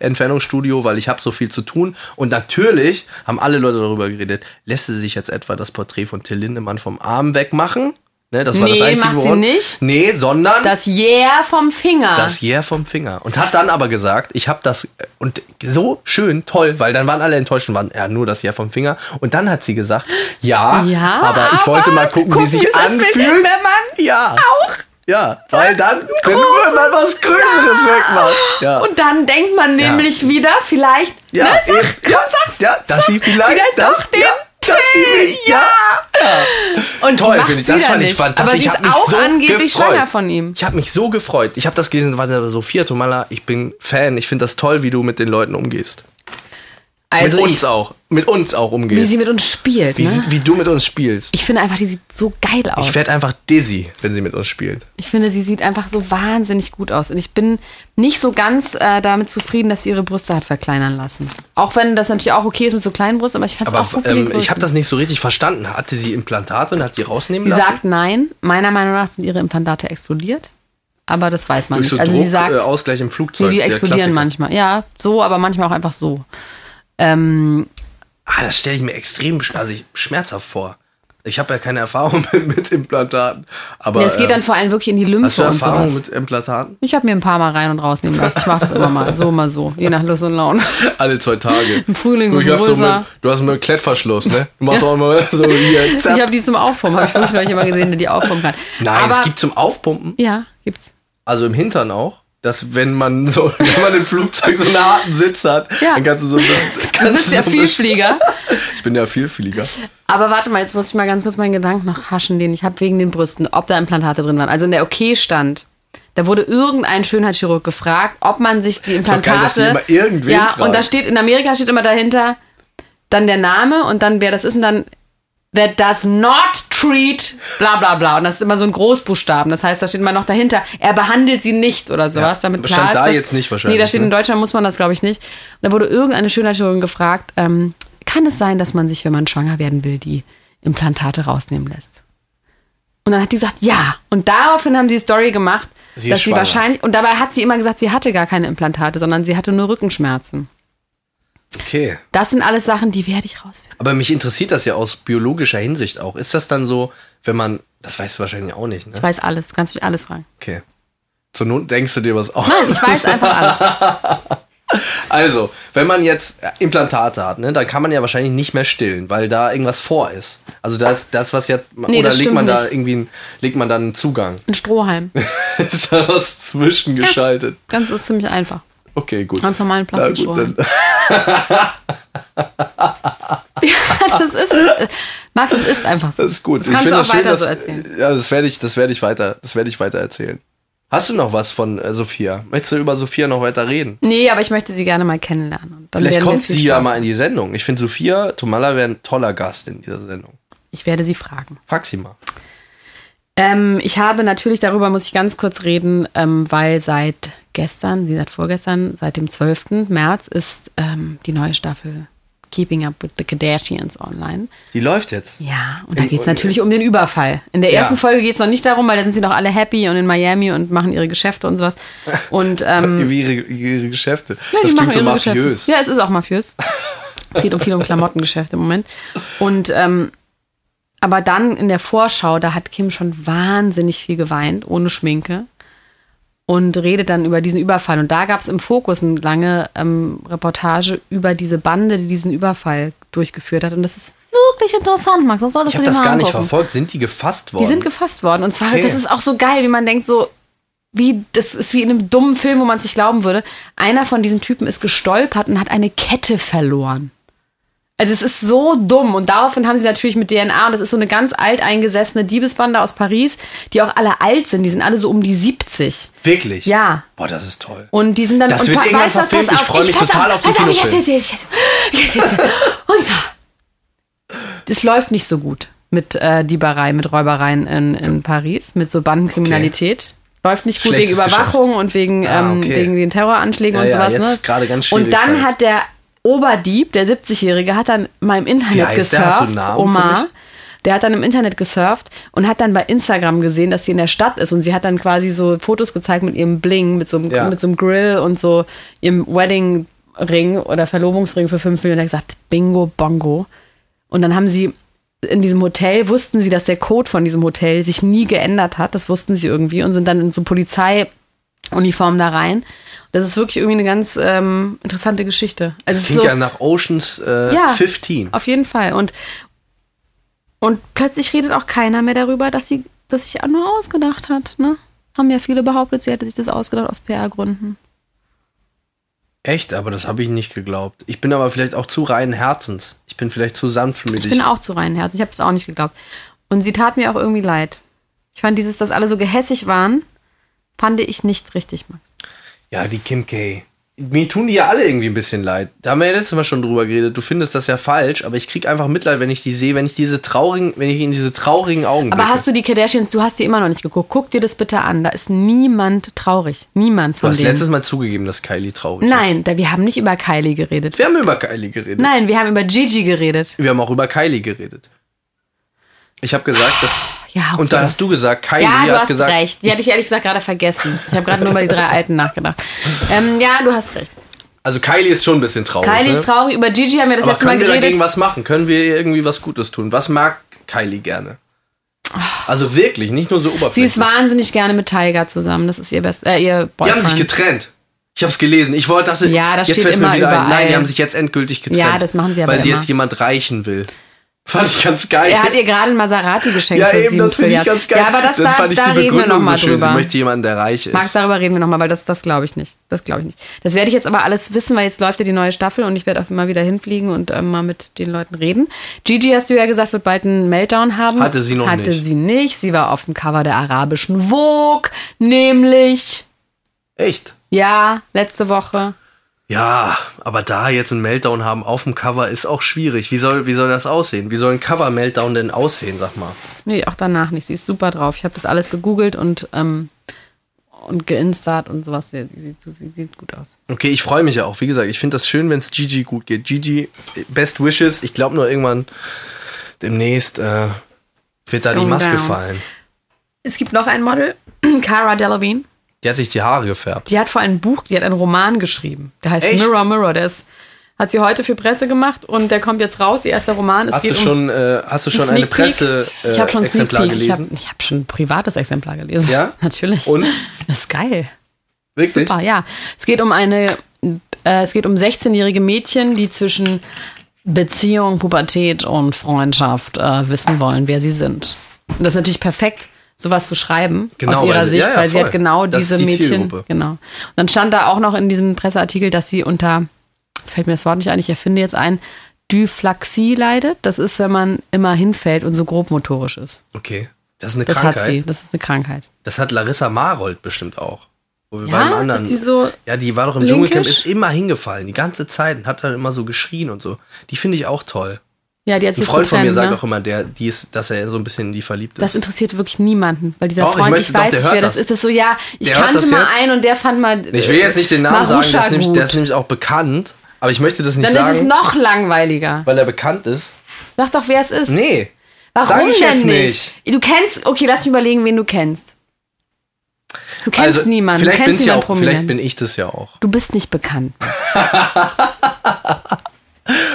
Tattoo-Entfernungsstudio, weil ich habe so viel zu tun. Und natürlich haben alle Leute darüber geredet, lässt sie sich jetzt etwa das Porträt von Till Lindemann vom Arm wegmachen? Ne, das war das Nee, einzige macht sie woran- nicht. Nee, sondern Das Yeah vom Finger. das Jähr vom Finger. Und hat dann aber gesagt, ich habe das äh, und so schön, toll, weil dann waren alle enttäuscht und waren ja nur das Jähr vom Finger. Und dann hat sie gesagt, ja, Ja, aber ich wollte mal gucken, wie gucken, sich wie es ist, wenn- anfühlt. wenn man ja. auch. Ja, weil dann, wenn man was Größeres wegmacht. Ja. Und dann denkt man nämlich wieder, vielleicht, ja, ne, sag, eben, komm, ja, sag's. ja, dass sie vielleicht, vielleicht das, doch den ja, dass sie, ja, Und Toll, sie macht's finde ich. Das wieder fand ich nicht. fantastisch. Aber sie ich ist hab mich auch so angeblich gefreut. schwanger von ihm. Ich habe mich so gefreut. Ich habe das gelesen, war der Sophia Tomala. Ich bin Fan. Ich finde das toll, wie du mit den Leuten umgehst. Also mit ich- uns auch. Mit uns auch umgehst. Wie sie mit uns spielt, wie, ne? wie du mit uns spielst. Ich finde einfach, die sieht so geil aus. Ich werde einfach dizzy, wenn sie mit uns spielt. Ich finde, sie sieht einfach so wahnsinnig gut aus. Und ich bin nicht so ganz äh, damit zufrieden, dass sie ihre Brüste hat verkleinern lassen. Auch wenn das natürlich auch okay ist mit so kleinen Brüsten, aber ich fand es Aber auch gut für die ähm, ich Größen. habe das nicht so richtig verstanden. Hatte sie Implantate und hat die rausnehmen Sie lassen? sagt nein. Meiner Meinung nach sind ihre Implantate explodiert. Aber das weiß man Durch so nicht. also Druck, sie sagt, äh, Ausgleich im nee, Flugzeug. die der explodieren Klassiker. manchmal. Ja, so, aber manchmal auch einfach so. Ähm, Ah, das stelle ich mir extrem sch- also ich, schmerzhaft vor. Ich habe ja keine Erfahrung mit, mit Implantaten. Aber ja, es geht ähm, dann vor allem wirklich in die hast du Lymphe und Erfahrung sowas. mit Implantaten? Ich habe mir ein paar Mal rein und rausnehmen lassen. Ich mache das immer mal. So, mal so. Je nach Lust und Laune. Alle zwei Tage. Im Frühling du, ich wird's hab so größer. mit, du hast einen Klettverschluss, ne? Du machst auch immer so hier. Ich zapp. habe die zum Aufpumpen. Habe ich wirklich noch nicht immer gesehen, der die aufpumpen kann. Nein, aber, es gibt zum Aufpumpen, Ja, gibt's. also im Hintern auch, dass wenn man so, wenn man im Flugzeug so einen harten Sitz hat, Ja. dann kannst du so ein bisschen. Du bist ja so ein bisschen- Vielflieger. Ich bin ja vielfältiger. Aber warte mal, jetzt muss ich mal ganz kurz meinen Gedanken noch haschen, den ich habe wegen den Brüsten, ob da Implantate drin waren. Also in der OK-Stand. Da wurde irgendein Schönheitschirurg gefragt, ob man sich die doch geil, dass die Implantate. immer irgendwen ja, fragen. und da steht, in Amerika steht immer dahinter dann der Name und dann wer das ist und dann that does not treat, bla bla bla. Und das ist immer so ein Großbuchstaben. Das heißt, da steht immer noch dahinter, er behandelt sie nicht oder sowas. Ja, damit stand klar ist da das- jetzt nicht wahrscheinlich, Nee, da steht ne? in Deutschland muss man das, glaube ich, nicht. Und da wurde irgendeine Schönheitschirurgin gefragt, ähm, kann es sein, dass man sich, wenn man schwanger werden will, die Implantate rausnehmen lässt? Und dann hat die gesagt, ja. Und daraufhin haben sie die Story gemacht, Sie ist dass sie schwanger. wahrscheinlich, und dabei hat sie immer gesagt, sie hatte gar keine Implantate, sondern sie hatte nur Rückenschmerzen. Okay. Das sind alles Sachen, die werde ich rausfinden. Aber mich interessiert das ja aus biologischer Hinsicht auch. Ist das dann so, wenn man. Das weißt du wahrscheinlich auch nicht, ne? Ich weiß alles, du kannst mich alles fragen. Okay. Zur Not denkst du dir was aus. Ich weiß einfach alles. Also, wenn man jetzt äh, Implantate hat, ne, dann kann man ja wahrscheinlich nicht mehr stillen, weil da irgendwas vor ist. Also das, das was ja Nee, oder das legt man stimmt da nicht. irgendwie einen- legt man dann einen Zugang. Ein Strohhalm. ist da was zwischengeschaltet. Ganz ist ziemlich einfach. Okay, gut. Ganz normalen Na gut, Plastikstrohhalm. dann- das ist. Max, das ist einfach so. Das ist gut. Das kannst find du auch schön, weiter dass- so erzählen. Ja, das werde ich, das werde ich weiter, das werde ich weiter erzählen. Hast du noch was von äh, Sophia? Möchtest du über Sophia noch weiter reden? Nee, aber ich möchte sie gerne mal kennenlernen. Und dann Vielleicht werden wir kommt viel sie ja Spaß- mal in die Sendung. Ich finde, Sophia Tomala wäre ein toller Gast in dieser Sendung. Ich werde sie fragen. Frag sie mal. Ähm, ich habe natürlich, darüber muss ich ganz kurz reden, ähm, weil seit gestern, sie sagt vorgestern, seit dem 12. März ist ähm, die neue Staffel Keeping Up with the Kardashians online. Die läuft jetzt. Ja, und da Im- geht es natürlich um den Überfall. In der Ja. ersten Folge geht es noch nicht darum, weil da sind sie noch alle happy und in Miami und machen ihre Geschäfte und sowas. Und ähm, Wie ihre, ihre Geschäfte. Ja, die das machen klingt so ihre mafiös. Geschäfte. Ja, es ist auch mafiös. es geht um viel um Klamottengeschäfte im Moment. Und ähm, aber dann in der Vorschau, da hat Kim schon wahnsinnig viel geweint, ohne Schminke. Und redet dann über diesen Überfall. Und da gab es im Fokus eine lange ähm, Reportage über diese Bande, die diesen Überfall durchgeführt hat. Und das ist wirklich interessant, Max. Das solltest Ich du habe dir das mal gar nicht angucken. verfolgt. Sind die gefasst worden? Die sind gefasst worden. Und zwar, Okay. das ist auch so geil, wie man denkt, so, wie, das ist wie in einem dummen Film, wo man es nicht glauben würde. Einer von diesen Typen ist gestolpert und hat eine Kette verloren. Also es ist so dumm. Und daraufhin haben sie natürlich mit DNA, und das ist so eine ganz alteingesessene Diebesbande aus Paris, die auch alle alt sind. Die sind alle so um die 70. Wirklich? Ja. Oh, Boah, das ist toll. Und die sind dann. Das und wird pa- irgendwann weißt du was, verfilmt. pass Ich freu mich pass total auf den pass auf, jetzt, Kinofilm. jetzt, jetzt, jetzt, jetzt, jetzt, jetzt. Und so. Das läuft nicht so gut mit äh, Dieberei, mit Räubereien in, in Paris, mit so Bandenkriminalität. Läuft nicht gut Schlechtes wegen Überwachung und wegen, Ah, ähm, okay. wegen den Terroranschlägen Ja, und ja, sowas. jetzt ne? ist gerade ganz schwierig und dann Zeit. hat der Oberdieb, der 70-Jährige, hat dann mal im Wie Internet heißt der? Hast du einen gesurft, Namen für mich? Omar. Der hat dann im Internet gesurft und hat dann bei Instagram gesehen, dass sie in der Stadt ist. Und sie hat dann quasi so Fotos gezeigt mit ihrem Bling, mit so einem, Ja. mit so einem Grill und so ihrem Weddingring oder Verlobungsring für 5 Millionen. Er hat gesagt, bingo, bongo. Und dann haben sie in diesem Hotel, wussten sie, dass der Code von diesem Hotel sich nie geändert hat. Das wussten sie irgendwie und sind dann in so Polizeiuniformen da rein. Das ist wirklich irgendwie eine ganz ähm, interessante Geschichte. Also Das es ist klingt so, ja nach Oceans äh, Ja. 15. auf jeden Fall. Und, und plötzlich redet auch keiner mehr darüber, dass sie das sich nur ausgedacht hat. Ne? Haben ja viele behauptet, sie hätte sich das ausgedacht aus PR-Gründen. Echt, aber das habe ich nicht geglaubt. Ich bin aber vielleicht auch zu reinen Herzens. Ich bin vielleicht zu sanftmütig. Also Ich bin auch zu reinen Herzen. Ich habe es auch nicht geglaubt. Und sie tat mir auch irgendwie leid. Ich fand dieses, dass alle so gehässig waren, fand ich nicht richtig, Max. ja, die Kim K. Mir tun die ja alle irgendwie ein bisschen leid. Da haben wir ja letztes Mal schon drüber geredet. Du findest das ja falsch, aber ich krieg einfach Mitleid, wenn ich die sehe, wenn ich diese traurigen, wenn ich in diese traurigen Augen Aber hast du die Kardashians, du hast die immer noch nicht geguckt. Guck dir das bitte an. Da ist niemand traurig. Niemand du von hast denen. letztes Mal zugegeben, dass Kylie traurig ist. Nein, da, wir haben nicht über Kylie geredet. Wir haben über Kylie geredet. Nein, wir haben über Gigi geredet. Wir haben auch über Kylie geredet. Ich habe gesagt, dass. Ja, Und da okay. hast du gesagt, Kylie Ja, du hat hast gesagt. recht. Die hatte ich ehrlich gesagt gerade vergessen. Ich habe gerade nur über die drei Alten nachgedacht. Ähm, ja, du hast recht. Also Kylie ist schon ein bisschen traurig. Kylie ne? ist traurig. Über Gigi haben wir das Aber letzte Mal können wir geredet. dagegen was machen? Können wir ihr irgendwie was Gutes tun? Was mag Kylie gerne? Also wirklich, nicht nur so Sie oberflächlich. ist wahnsinnig gerne mit Tiger zusammen. Das ist ihr best, äh, ihr die Boyfriend. haben sich getrennt. Ich hab's gelesen. Ich wollte, dachte, Ja, das jetzt steht fällt's mir immer wieder ein. Nein, überall. die haben sich jetzt endgültig getrennt. Ja, das machen sie aber Weil sie immer. jetzt jemand reichen will. Fand ich ganz geil. er hat ihr gerade einen Maserati geschenkt ja, für eben, sieben das finde ich Trilliarden. ganz geil. Ja, aber das, Dann da, fand ich da die reden wir Begründung nochmal so schön. drüber. Sie möchte jemanden, der reich ist. Max, darüber reden wir nochmal, weil das, das glaube ich nicht. Das glaube ich nicht. Das werde ich jetzt aber alles wissen, weil jetzt läuft ja die neue Staffel und ich werde auch mal wieder hinfliegen und ähm, mal mit den Leuten reden. Gigi, hast du ja gesagt, wird bald einen Meltdown haben. Hatte sie noch Hatte nicht. sie nicht. Sie war auf dem Cover der arabischen Vogue, nämlich, Echt? ja, letzte Woche. Ja, aber da jetzt einen Meltdown haben auf dem Cover ist auch schwierig. Wie soll, wie soll das aussehen? Wie soll ein Cover-Meltdown denn aussehen, sag mal? Nee, auch danach nicht. Sie ist super drauf. Ich habe das alles gegoogelt und, ähm, und geinstart und sowas. Sie, sie, sie sieht gut aus. Okay, ich freue mich ja auch. Wie gesagt, ich finde das schön, wenn es Gigi gut geht. Gigi, best wishes. Ich glaube nur irgendwann demnächst äh, wird da die Calm Maske down. fallen. Es gibt noch ein Model, Cara Delevingne. Die hat sich die Haare gefärbt. Die hat vor allem ein Buch, die hat einen Roman geschrieben. Der heißt Echt? Mirror Mirror. Der ist, hat sie heute für Presse gemacht und der kommt jetzt raus. Ihr erster Roman. Es Hast geht um du, schon, äh, hast du schon eine Sneak Peek. Presse äh, ich habe schon ein Sneak Exemplar Peek. Ich habe gelesen? ich hab schon ein privates Exemplar gelesen. Ja? Natürlich. Und? Das ist geil. Wirklich? Super, ja. Es geht um eine, äh, es geht um 16-jährige Mädchen, die zwischen Beziehung, Pubertät und Freundschaft äh, wissen wollen, wer sie sind. Und das ist natürlich perfekt, sowas zu schreiben Genau, aus ihrer weil- Sicht, ja, ja, weil sie voll. hat genau Das diese ist die Mädchen. Zielgruppe. Genau. Und dann stand da auch noch in diesem Presseartikel, dass sie unter, jetzt fällt mir das Wort nicht ein, ich erfinde jetzt ein, Dyflaxie leidet. Das ist, wenn man immer hinfällt und so grobmotorisch ist. Okay. Das ist eine Das Krankheit. hat sie. Das ist eine Krankheit. Das hat Larissa Marold bestimmt auch. Wo wir Ja? beim anderen, Ist die so ja, die war doch im linkisch? Dschungelcamp, ist immer hingefallen, die ganze Zeit und hat dann immer so geschrien und so. Die finde ich auch toll. Ja, die hat Ein sich Freund von mir getrennt, sagt ne? auch immer, der, die ist, dass er so ein bisschen in die verliebt Das ist. interessiert wirklich niemanden, weil dieser Doch, ich Freund, ich, möchte- doch, weiß der nicht, hört wer das das. ist. Das ist so, ja, ich Der hört kannte das mal jetzt? einen und der fand mal. ich will jetzt nicht den Namen Marusha sagen, das ist, nämlich, gut. der ist nämlich auch bekannt, aber ich möchte das nicht Dann sagen, ist es noch langweiliger. weil er bekannt ist. Sag doch, wer es ist. Nee. Warum sag ich denn jetzt nicht? Du kennst, okay, lass mich überlegen, wen du kennst. Du kennst also, niemanden, du vielleicht kennst bin's ja niemanden auch, Vielleicht bin prominent. ich das ja auch. Du bist nicht bekannt.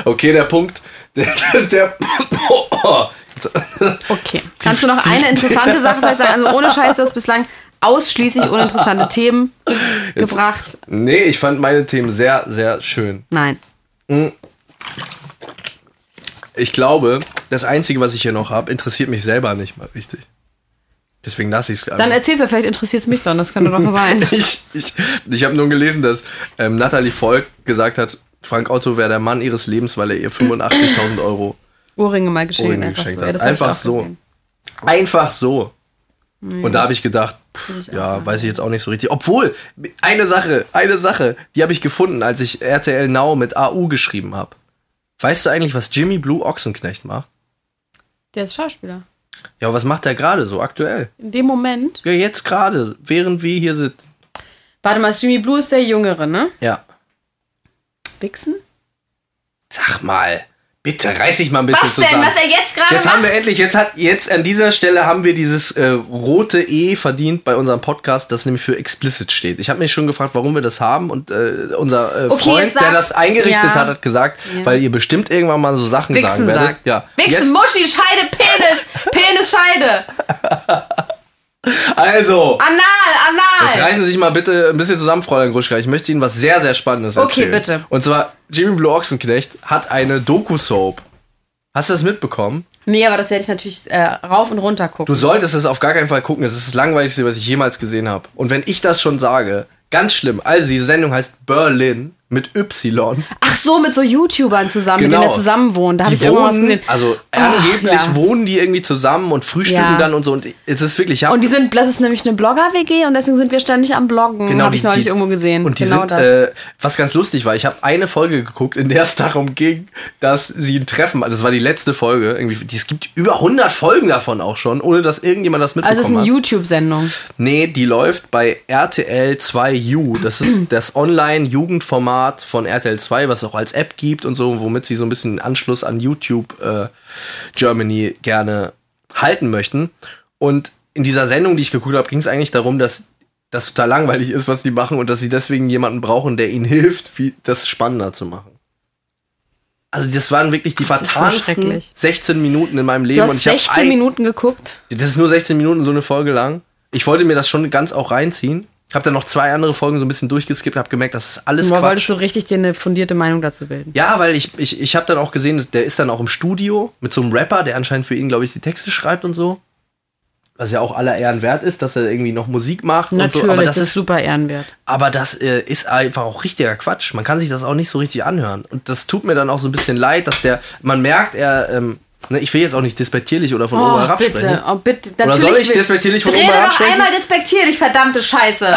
Okay, der Punkt. Der, der, der Okay. Kannst du noch eine interessante Sache vielleicht sagen? Also ohne Scheiß, du hast bislang ausschließlich uninteressante Themen gebracht. nee, ich fand meine Themen sehr, sehr schön. Nein. Ich glaube, das Einzige, was ich hier noch habe, interessiert mich selber nicht mal richtig. Deswegen lasse ich es Dann erzähl's mir, vielleicht interessiert es mich doch, das könnte doch sein. Ich, ich, ich habe nur gelesen, dass ähm, Natalie Volk gesagt hat, Frank Otto wäre der Mann ihres Lebens, weil er ihr 85.000 Euro Ohrringe mal geschenkt. Ohrringe einfach geschenkt so. Ja, hat. das hab ich Einfach auch so. gesehen. Einfach so. und da habe ich gedacht, pff, ja, weiß ich jetzt auch nicht so richtig. Obwohl, eine Sache, eine Sache, die habe ich gefunden, als ich RTL Now mit AU geschrieben habe. Weißt du eigentlich, was Jimmy Blue Ochsenknecht macht? Der ist Schauspieler. Ja, aber was macht er gerade so aktuell? In dem Moment. Ja, jetzt gerade, während wir hier sitzen. Warte mal, Jimmy Blue ist der Jüngere, ne? Ja. Wichsen? Sag mal, bitte reiß dich mal ein bisschen Was zusammen. denn, was er jetzt gerade Jetzt haben macht? wir endlich, jetzt hat, jetzt an dieser Stelle haben wir dieses äh, rote E verdient bei unserem Podcast, das nämlich für explicit steht. Ich habe mich schon gefragt, warum wir das haben und äh, unser äh, Okay, Freund, jetzt sag- der das eingerichtet Ja. hat, hat gesagt, weil ihr bestimmt irgendwann mal so Sachen sagen Wichsen werdet. sagt. Ja. Wichsen, Muschi, Scheide, Penis. Penis, Scheide. Jetzt, also, Anal, jetzt Anal. reißen Sie sich mal bitte ein bisschen zusammen, Fräulein Gruschka. Ich möchte Ihnen was sehr, sehr Spannendes Okay, erzählen. bitte. Und zwar, Jimmy Blue Ochsenknecht hat eine Doku-Soap. Hast du das mitbekommen? Nee, aber das werde ich natürlich äh, rauf und runter Du gucken. solltest es auf gar keinen Fall gucken. Es ist das langweiligste, was ich jemals gesehen habe. Und wenn ich das schon sage, ganz schlimm. Also diese Sendung heißt Berlin mit Y. Ach so, mit so YouTubern zusammen, mit denen er zusammen wohnt. Da habe Genau. Die ich irgendwas wohnen- gesehen. Also Ach, angeblich ja. wohnen die irgendwie zusammen und frühstücken Ja. dann und so. Und es ist wirklich, ja. Und die sind, das ist nämlich eine Blogger-WG und deswegen sind wir ständig am Bloggen. Genau, habe ich neulich irgendwo gesehen. Und die genau sind, das. Äh, was ganz lustig war, ich habe eine Folge geguckt, in der es darum ging, dass sie ein Treffen, das war die letzte Folge, irgendwie, die- es gibt über 100 Folgen davon auch schon, ohne dass irgendjemand das mitbekommen also es ist eine hat. YouTube-Sendung. Nee, die läuft bei RTL 2U. Das ist das Online-Jugendformat von RTL 2, was es auch als App gibt und so, womit sie so ein bisschen den Anschluss an YouTube äh, Germany gerne halten möchten. Und in dieser Sendung, die ich geguckt habe, ging es eigentlich darum, dass das total langweilig ist, was die machen und dass sie deswegen jemanden brauchen, der ihnen hilft, wie, das spannender zu machen. Also das waren wirklich die ist so vertanzten schrecklich. 16 Minuten in meinem Leben. Du und hast ich hab 16 ein- Minuten geguckt. das ist nur 16 Minuten, so eine Folge lang. Ich wollte mir das schon ganz auch reinziehen. Hab dann noch zwei andere Folgen so ein bisschen durchgeskippt, hab gemerkt, das ist alles Nur wolltest Quatsch. du richtig dir eine fundierte Meinung dazu bilden. Ja, weil ich, ich, ich habe dann auch gesehen, dass der ist dann auch im Studio mit so einem Rapper, der anscheinend für ihn, glaube ich, die Texte schreibt und so. Was ja auch aller Ehren wert ist, dass er irgendwie noch Musik macht Natürlich, und so. Aber das ist super ehrenwert. aber das äh, ist einfach auch richtiger Quatsch. Man kann sich das auch nicht so richtig anhören. Und das tut mir dann auch so ein bisschen leid, dass der, man merkt, er ähm, Ne, ich will jetzt auch nicht despektierlich oder von Oh, Oma herab sprechen. bitte, oh, bitte. Oder soll ich will- despektierlich von Rede Oma doch abschwenken? einmal despektierlich, verdammte Scheiße.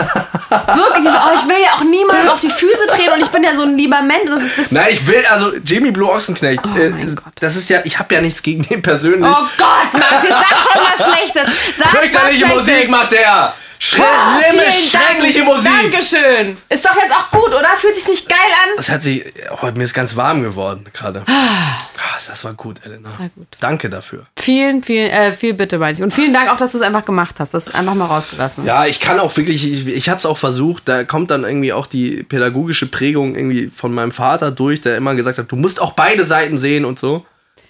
Wirklich, oh, ich will ja auch niemandem auf die Füße treten und ich bin ja so ein lieber Mensch. Das ist das Nein, ich will, also Jamie Blue Ochsenknecht, äh, Oh mein Gott. das ist ja, ich habe ja nichts gegen den persönlich. Oh Gott, Max, jetzt sag schon was Schlechtes. Sag Fürchterliche was Musik Schlechtes. macht der! Ah, Schlimme, vielen schreckliche Dank. Musik! Dankeschön. Ist doch jetzt auch gut, oder? Fühlt sich nicht geil an? Das hat sich, oh, mir ist ganz warm geworden gerade. Ah, Das war gut, Elena. war gut. Danke dafür. Vielen, vielen, äh, viel bitte, meine ich. Und vielen Dank auch, dass du es einfach gemacht hast. Das einfach mal rausgelassen. Ja, ich kann auch wirklich, ich, ich habe es auch versucht, da kommt dann irgendwie auch die pädagogische Prägung irgendwie von meinem Vater durch, der immer gesagt hat, du musst auch beide Seiten sehen und so.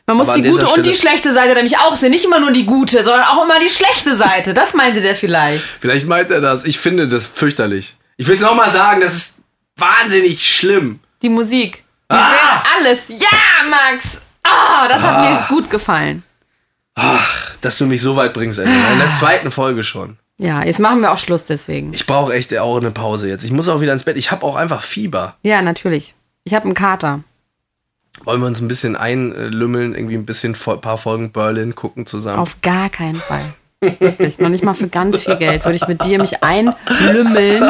Man muss Aber die an gute dieser und die Stelle- schlechte Seite nämlich auch sehen. Nicht immer nur die gute, sondern auch immer die schlechte Seite. Das meinte der vielleicht. Vielleicht meint er das. Ich finde das fürchterlich. Ich will es nochmal sagen, das ist wahnsinnig schlimm. Die Musik. Die sehen alles. Ja, Max. Ah, das hat mir gut gefallen. Dass du mich so weit bringst, Elena. In der zweiten Folge schon. Ja, jetzt machen wir auch Schluss deswegen. Ich brauche echt auch eine Pause jetzt. Ich muss auch wieder ins Bett. Ich habe auch einfach Fieber. Ja, natürlich. Ich habe einen Kater. Wollen wir uns ein bisschen einlümmeln, irgendwie ein bisschen ein paar Folgen Berlin gucken zusammen? Auf gar keinen Fall. Wirklich. Noch nicht mal für ganz viel Geld würde ich mit dir mich einlümmeln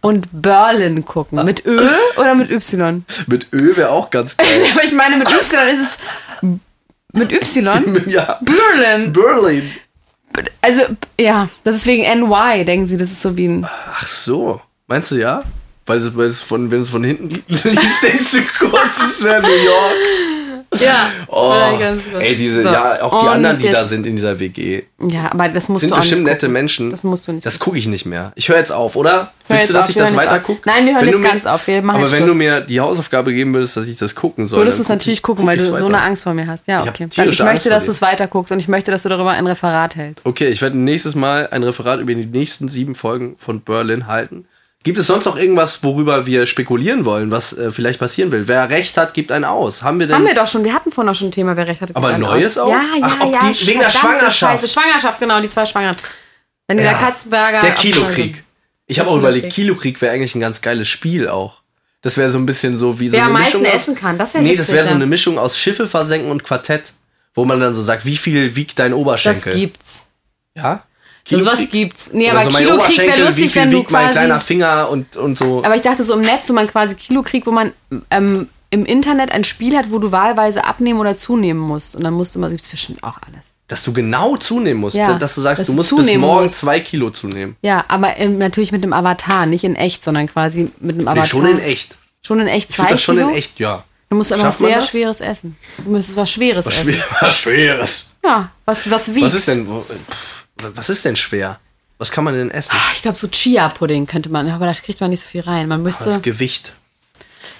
und Berlin gucken. Mit Ö oder mit Y? Mit Ö wäre auch ganz geil. Aber ich meine, mit Y ist es. Mit Y? ja. Berlin. Berlin. Also, ja, das ist wegen NY, denken Sie, das ist so wie ein. Ach so. Meinst du ja? Weil es, weil es von, wenn es von hinten li- liest, denkst du kurz, es wäre New York. Ja. Oh. ganz gut. Ey, diese, So. ja, auch die Und anderen, die jetzt- da sind in dieser WG, Ja, aber das musst sind du auch bestimmt nicht nette gucken. Menschen. Das musst du nicht Das gucke ich nicht mehr. Ich höre jetzt auf, oder? Willst jetzt du, dass auf, ich wir das hören jetzt auf. weitergucke? Nein, wir hören Wenn jetzt du mir- ganz auf, wir machen Aber jetzt wenn du Schluss. mir die Hausaufgabe geben würdest, dass ich das gucken soll. Würdest dann du es guck natürlich ich- gucken, guck weil du ich's so weiter. eine Angst vor mir hast. Ja, Ich hab okay. Dann ich tierische Angst möchte, vor dass dir. du es weiterguckst und ich möchte, dass du darüber ein Referat hältst. Okay, ich werde nächstes Mal ein Referat über die nächsten sieben Folgen von Berlin halten. Gibt es sonst noch irgendwas, worüber wir spekulieren wollen, was äh, vielleicht passieren will? Wer recht hat, gibt einen aus. Haben wir denn. Haben wir doch schon, wir hatten vorhin auch schon ein Thema, wer recht hatte. Aber gehört Neues aus. auch? Ja, ja, Ach, auch ja. die- wegen der verdammte Schwangerschaft. Scheiße, Schwangerschaft, genau, die zwei Schwangeren. Dann dieser Ja, Katzberger. der Ach, Kilokrieg. Scheiße. Ich habe auch überlegt, Kilokrieg wäre eigentlich ein ganz geiles Spiel auch. Das wäre so ein bisschen so wie so Wer eine am meisten Mischung. aus- essen kann, das wäre Nee, das witzig, wäre so ja. eine Mischung aus Schiffe versenken und Quartett, wo man dann so sagt, wie viel wiegt dein Das Oberschenkel? gibt's. Ja? Das Kilokrieg? was gibt's. Nee, Oder aber so mein Kilokrieg wäre Oberschenkel, wie lustig, viel wenn du wiegt mein kleiner quasi. Finger und, und so. Aber ich dachte, so im Netz, wo man quasi Kilokrieg, wo man ähm, im Internet ein Spiel hat, wo du wahlweise abnehmen oder zunehmen musst. Und dann musste man, gibt's bestimmt auch alles. dass du genau zunehmen musst. Ja, dass du sagst, dass du du musst bis zunehmen morgen musst. zwei Kilo zunehmen. Ja, aber ähm, natürlich mit dem Avatar, nicht in echt, sondern quasi mit dem Avatar. Nee, schon in echt. Schon in echt Ich würde zwei das schon Kilo. in echt, ja. Du musst einfach Schafft man sehr das? schweres essen. Du müsstest was Schweres Was, essen. schwer, was Schweres. Ja, was, was wiegt. Was ist denn, wo- pff, was ist denn schwer? Was kann man denn essen? Ah, Ich glaube, so Chia-Pudding könnte man, aber da kriegt man nicht so viel rein. Man müsste. Das Gewicht.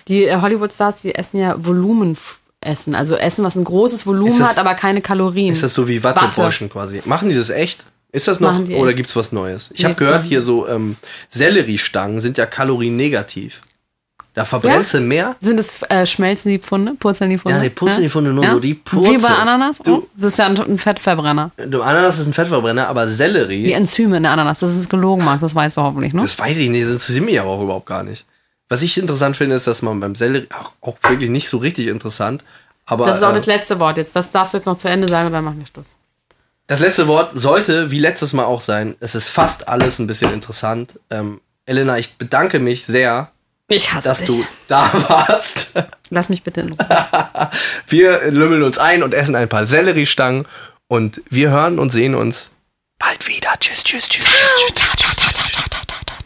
Die äh, Hollywood-Stars, die essen ja Volumenessen. Also Essen, was ein großes Volumen Ist das- hat, aber keine Kalorien. Ist das so wie Wattebäuschen quasi? Machen die das echt? Ist das noch Machen die oder echt. gibt es was Neues? Ich Nee, habe das gehört, machen die. hier so ähm, Selleriestangen sind ja kaloriennegativ. Da verbrennst du mehr. Sind es äh, schmelzen die Pfunde? Purzeln die Pfunde? Ja, die purzeln die Pfunde nur so, die Wie purzeln. bei Ananas? Du- Oh, das ist ja ein, ein Fettverbrenner. Du, Ananas ist ein Fettverbrenner, aber Sellerie Die Enzyme in der Ananas, das ist gelogen, Marc, das weißt du hoffentlich, ne? Das weiß ich nicht, das interessiert mich aber auch überhaupt gar nicht. Was ich interessant finde, ist, dass man beim Sellerie, auch, auch wirklich nicht so richtig interessant, aber Das ist auch das äh, letzte Wort jetzt. Das darfst du jetzt noch zu Ende sagen und dann machen wir Schluss. das letzte Wort sollte, wie letztes Mal auch sein, es ist fast alles ein bisschen interessant. Ähm, Elena, ich bedanke mich sehr, Ich hasse dass dich. du da warst. Lass mich bitte in Ruhe. Wir lümmeln uns ein und essen ein paar Selleriestangen und wir hören und sehen uns bald wieder. Tschüss, tschüss, tschüss, tschüss, tschüss. Ciao, ciao, ciao, ciao, ciao, ciao, ciao, ciao.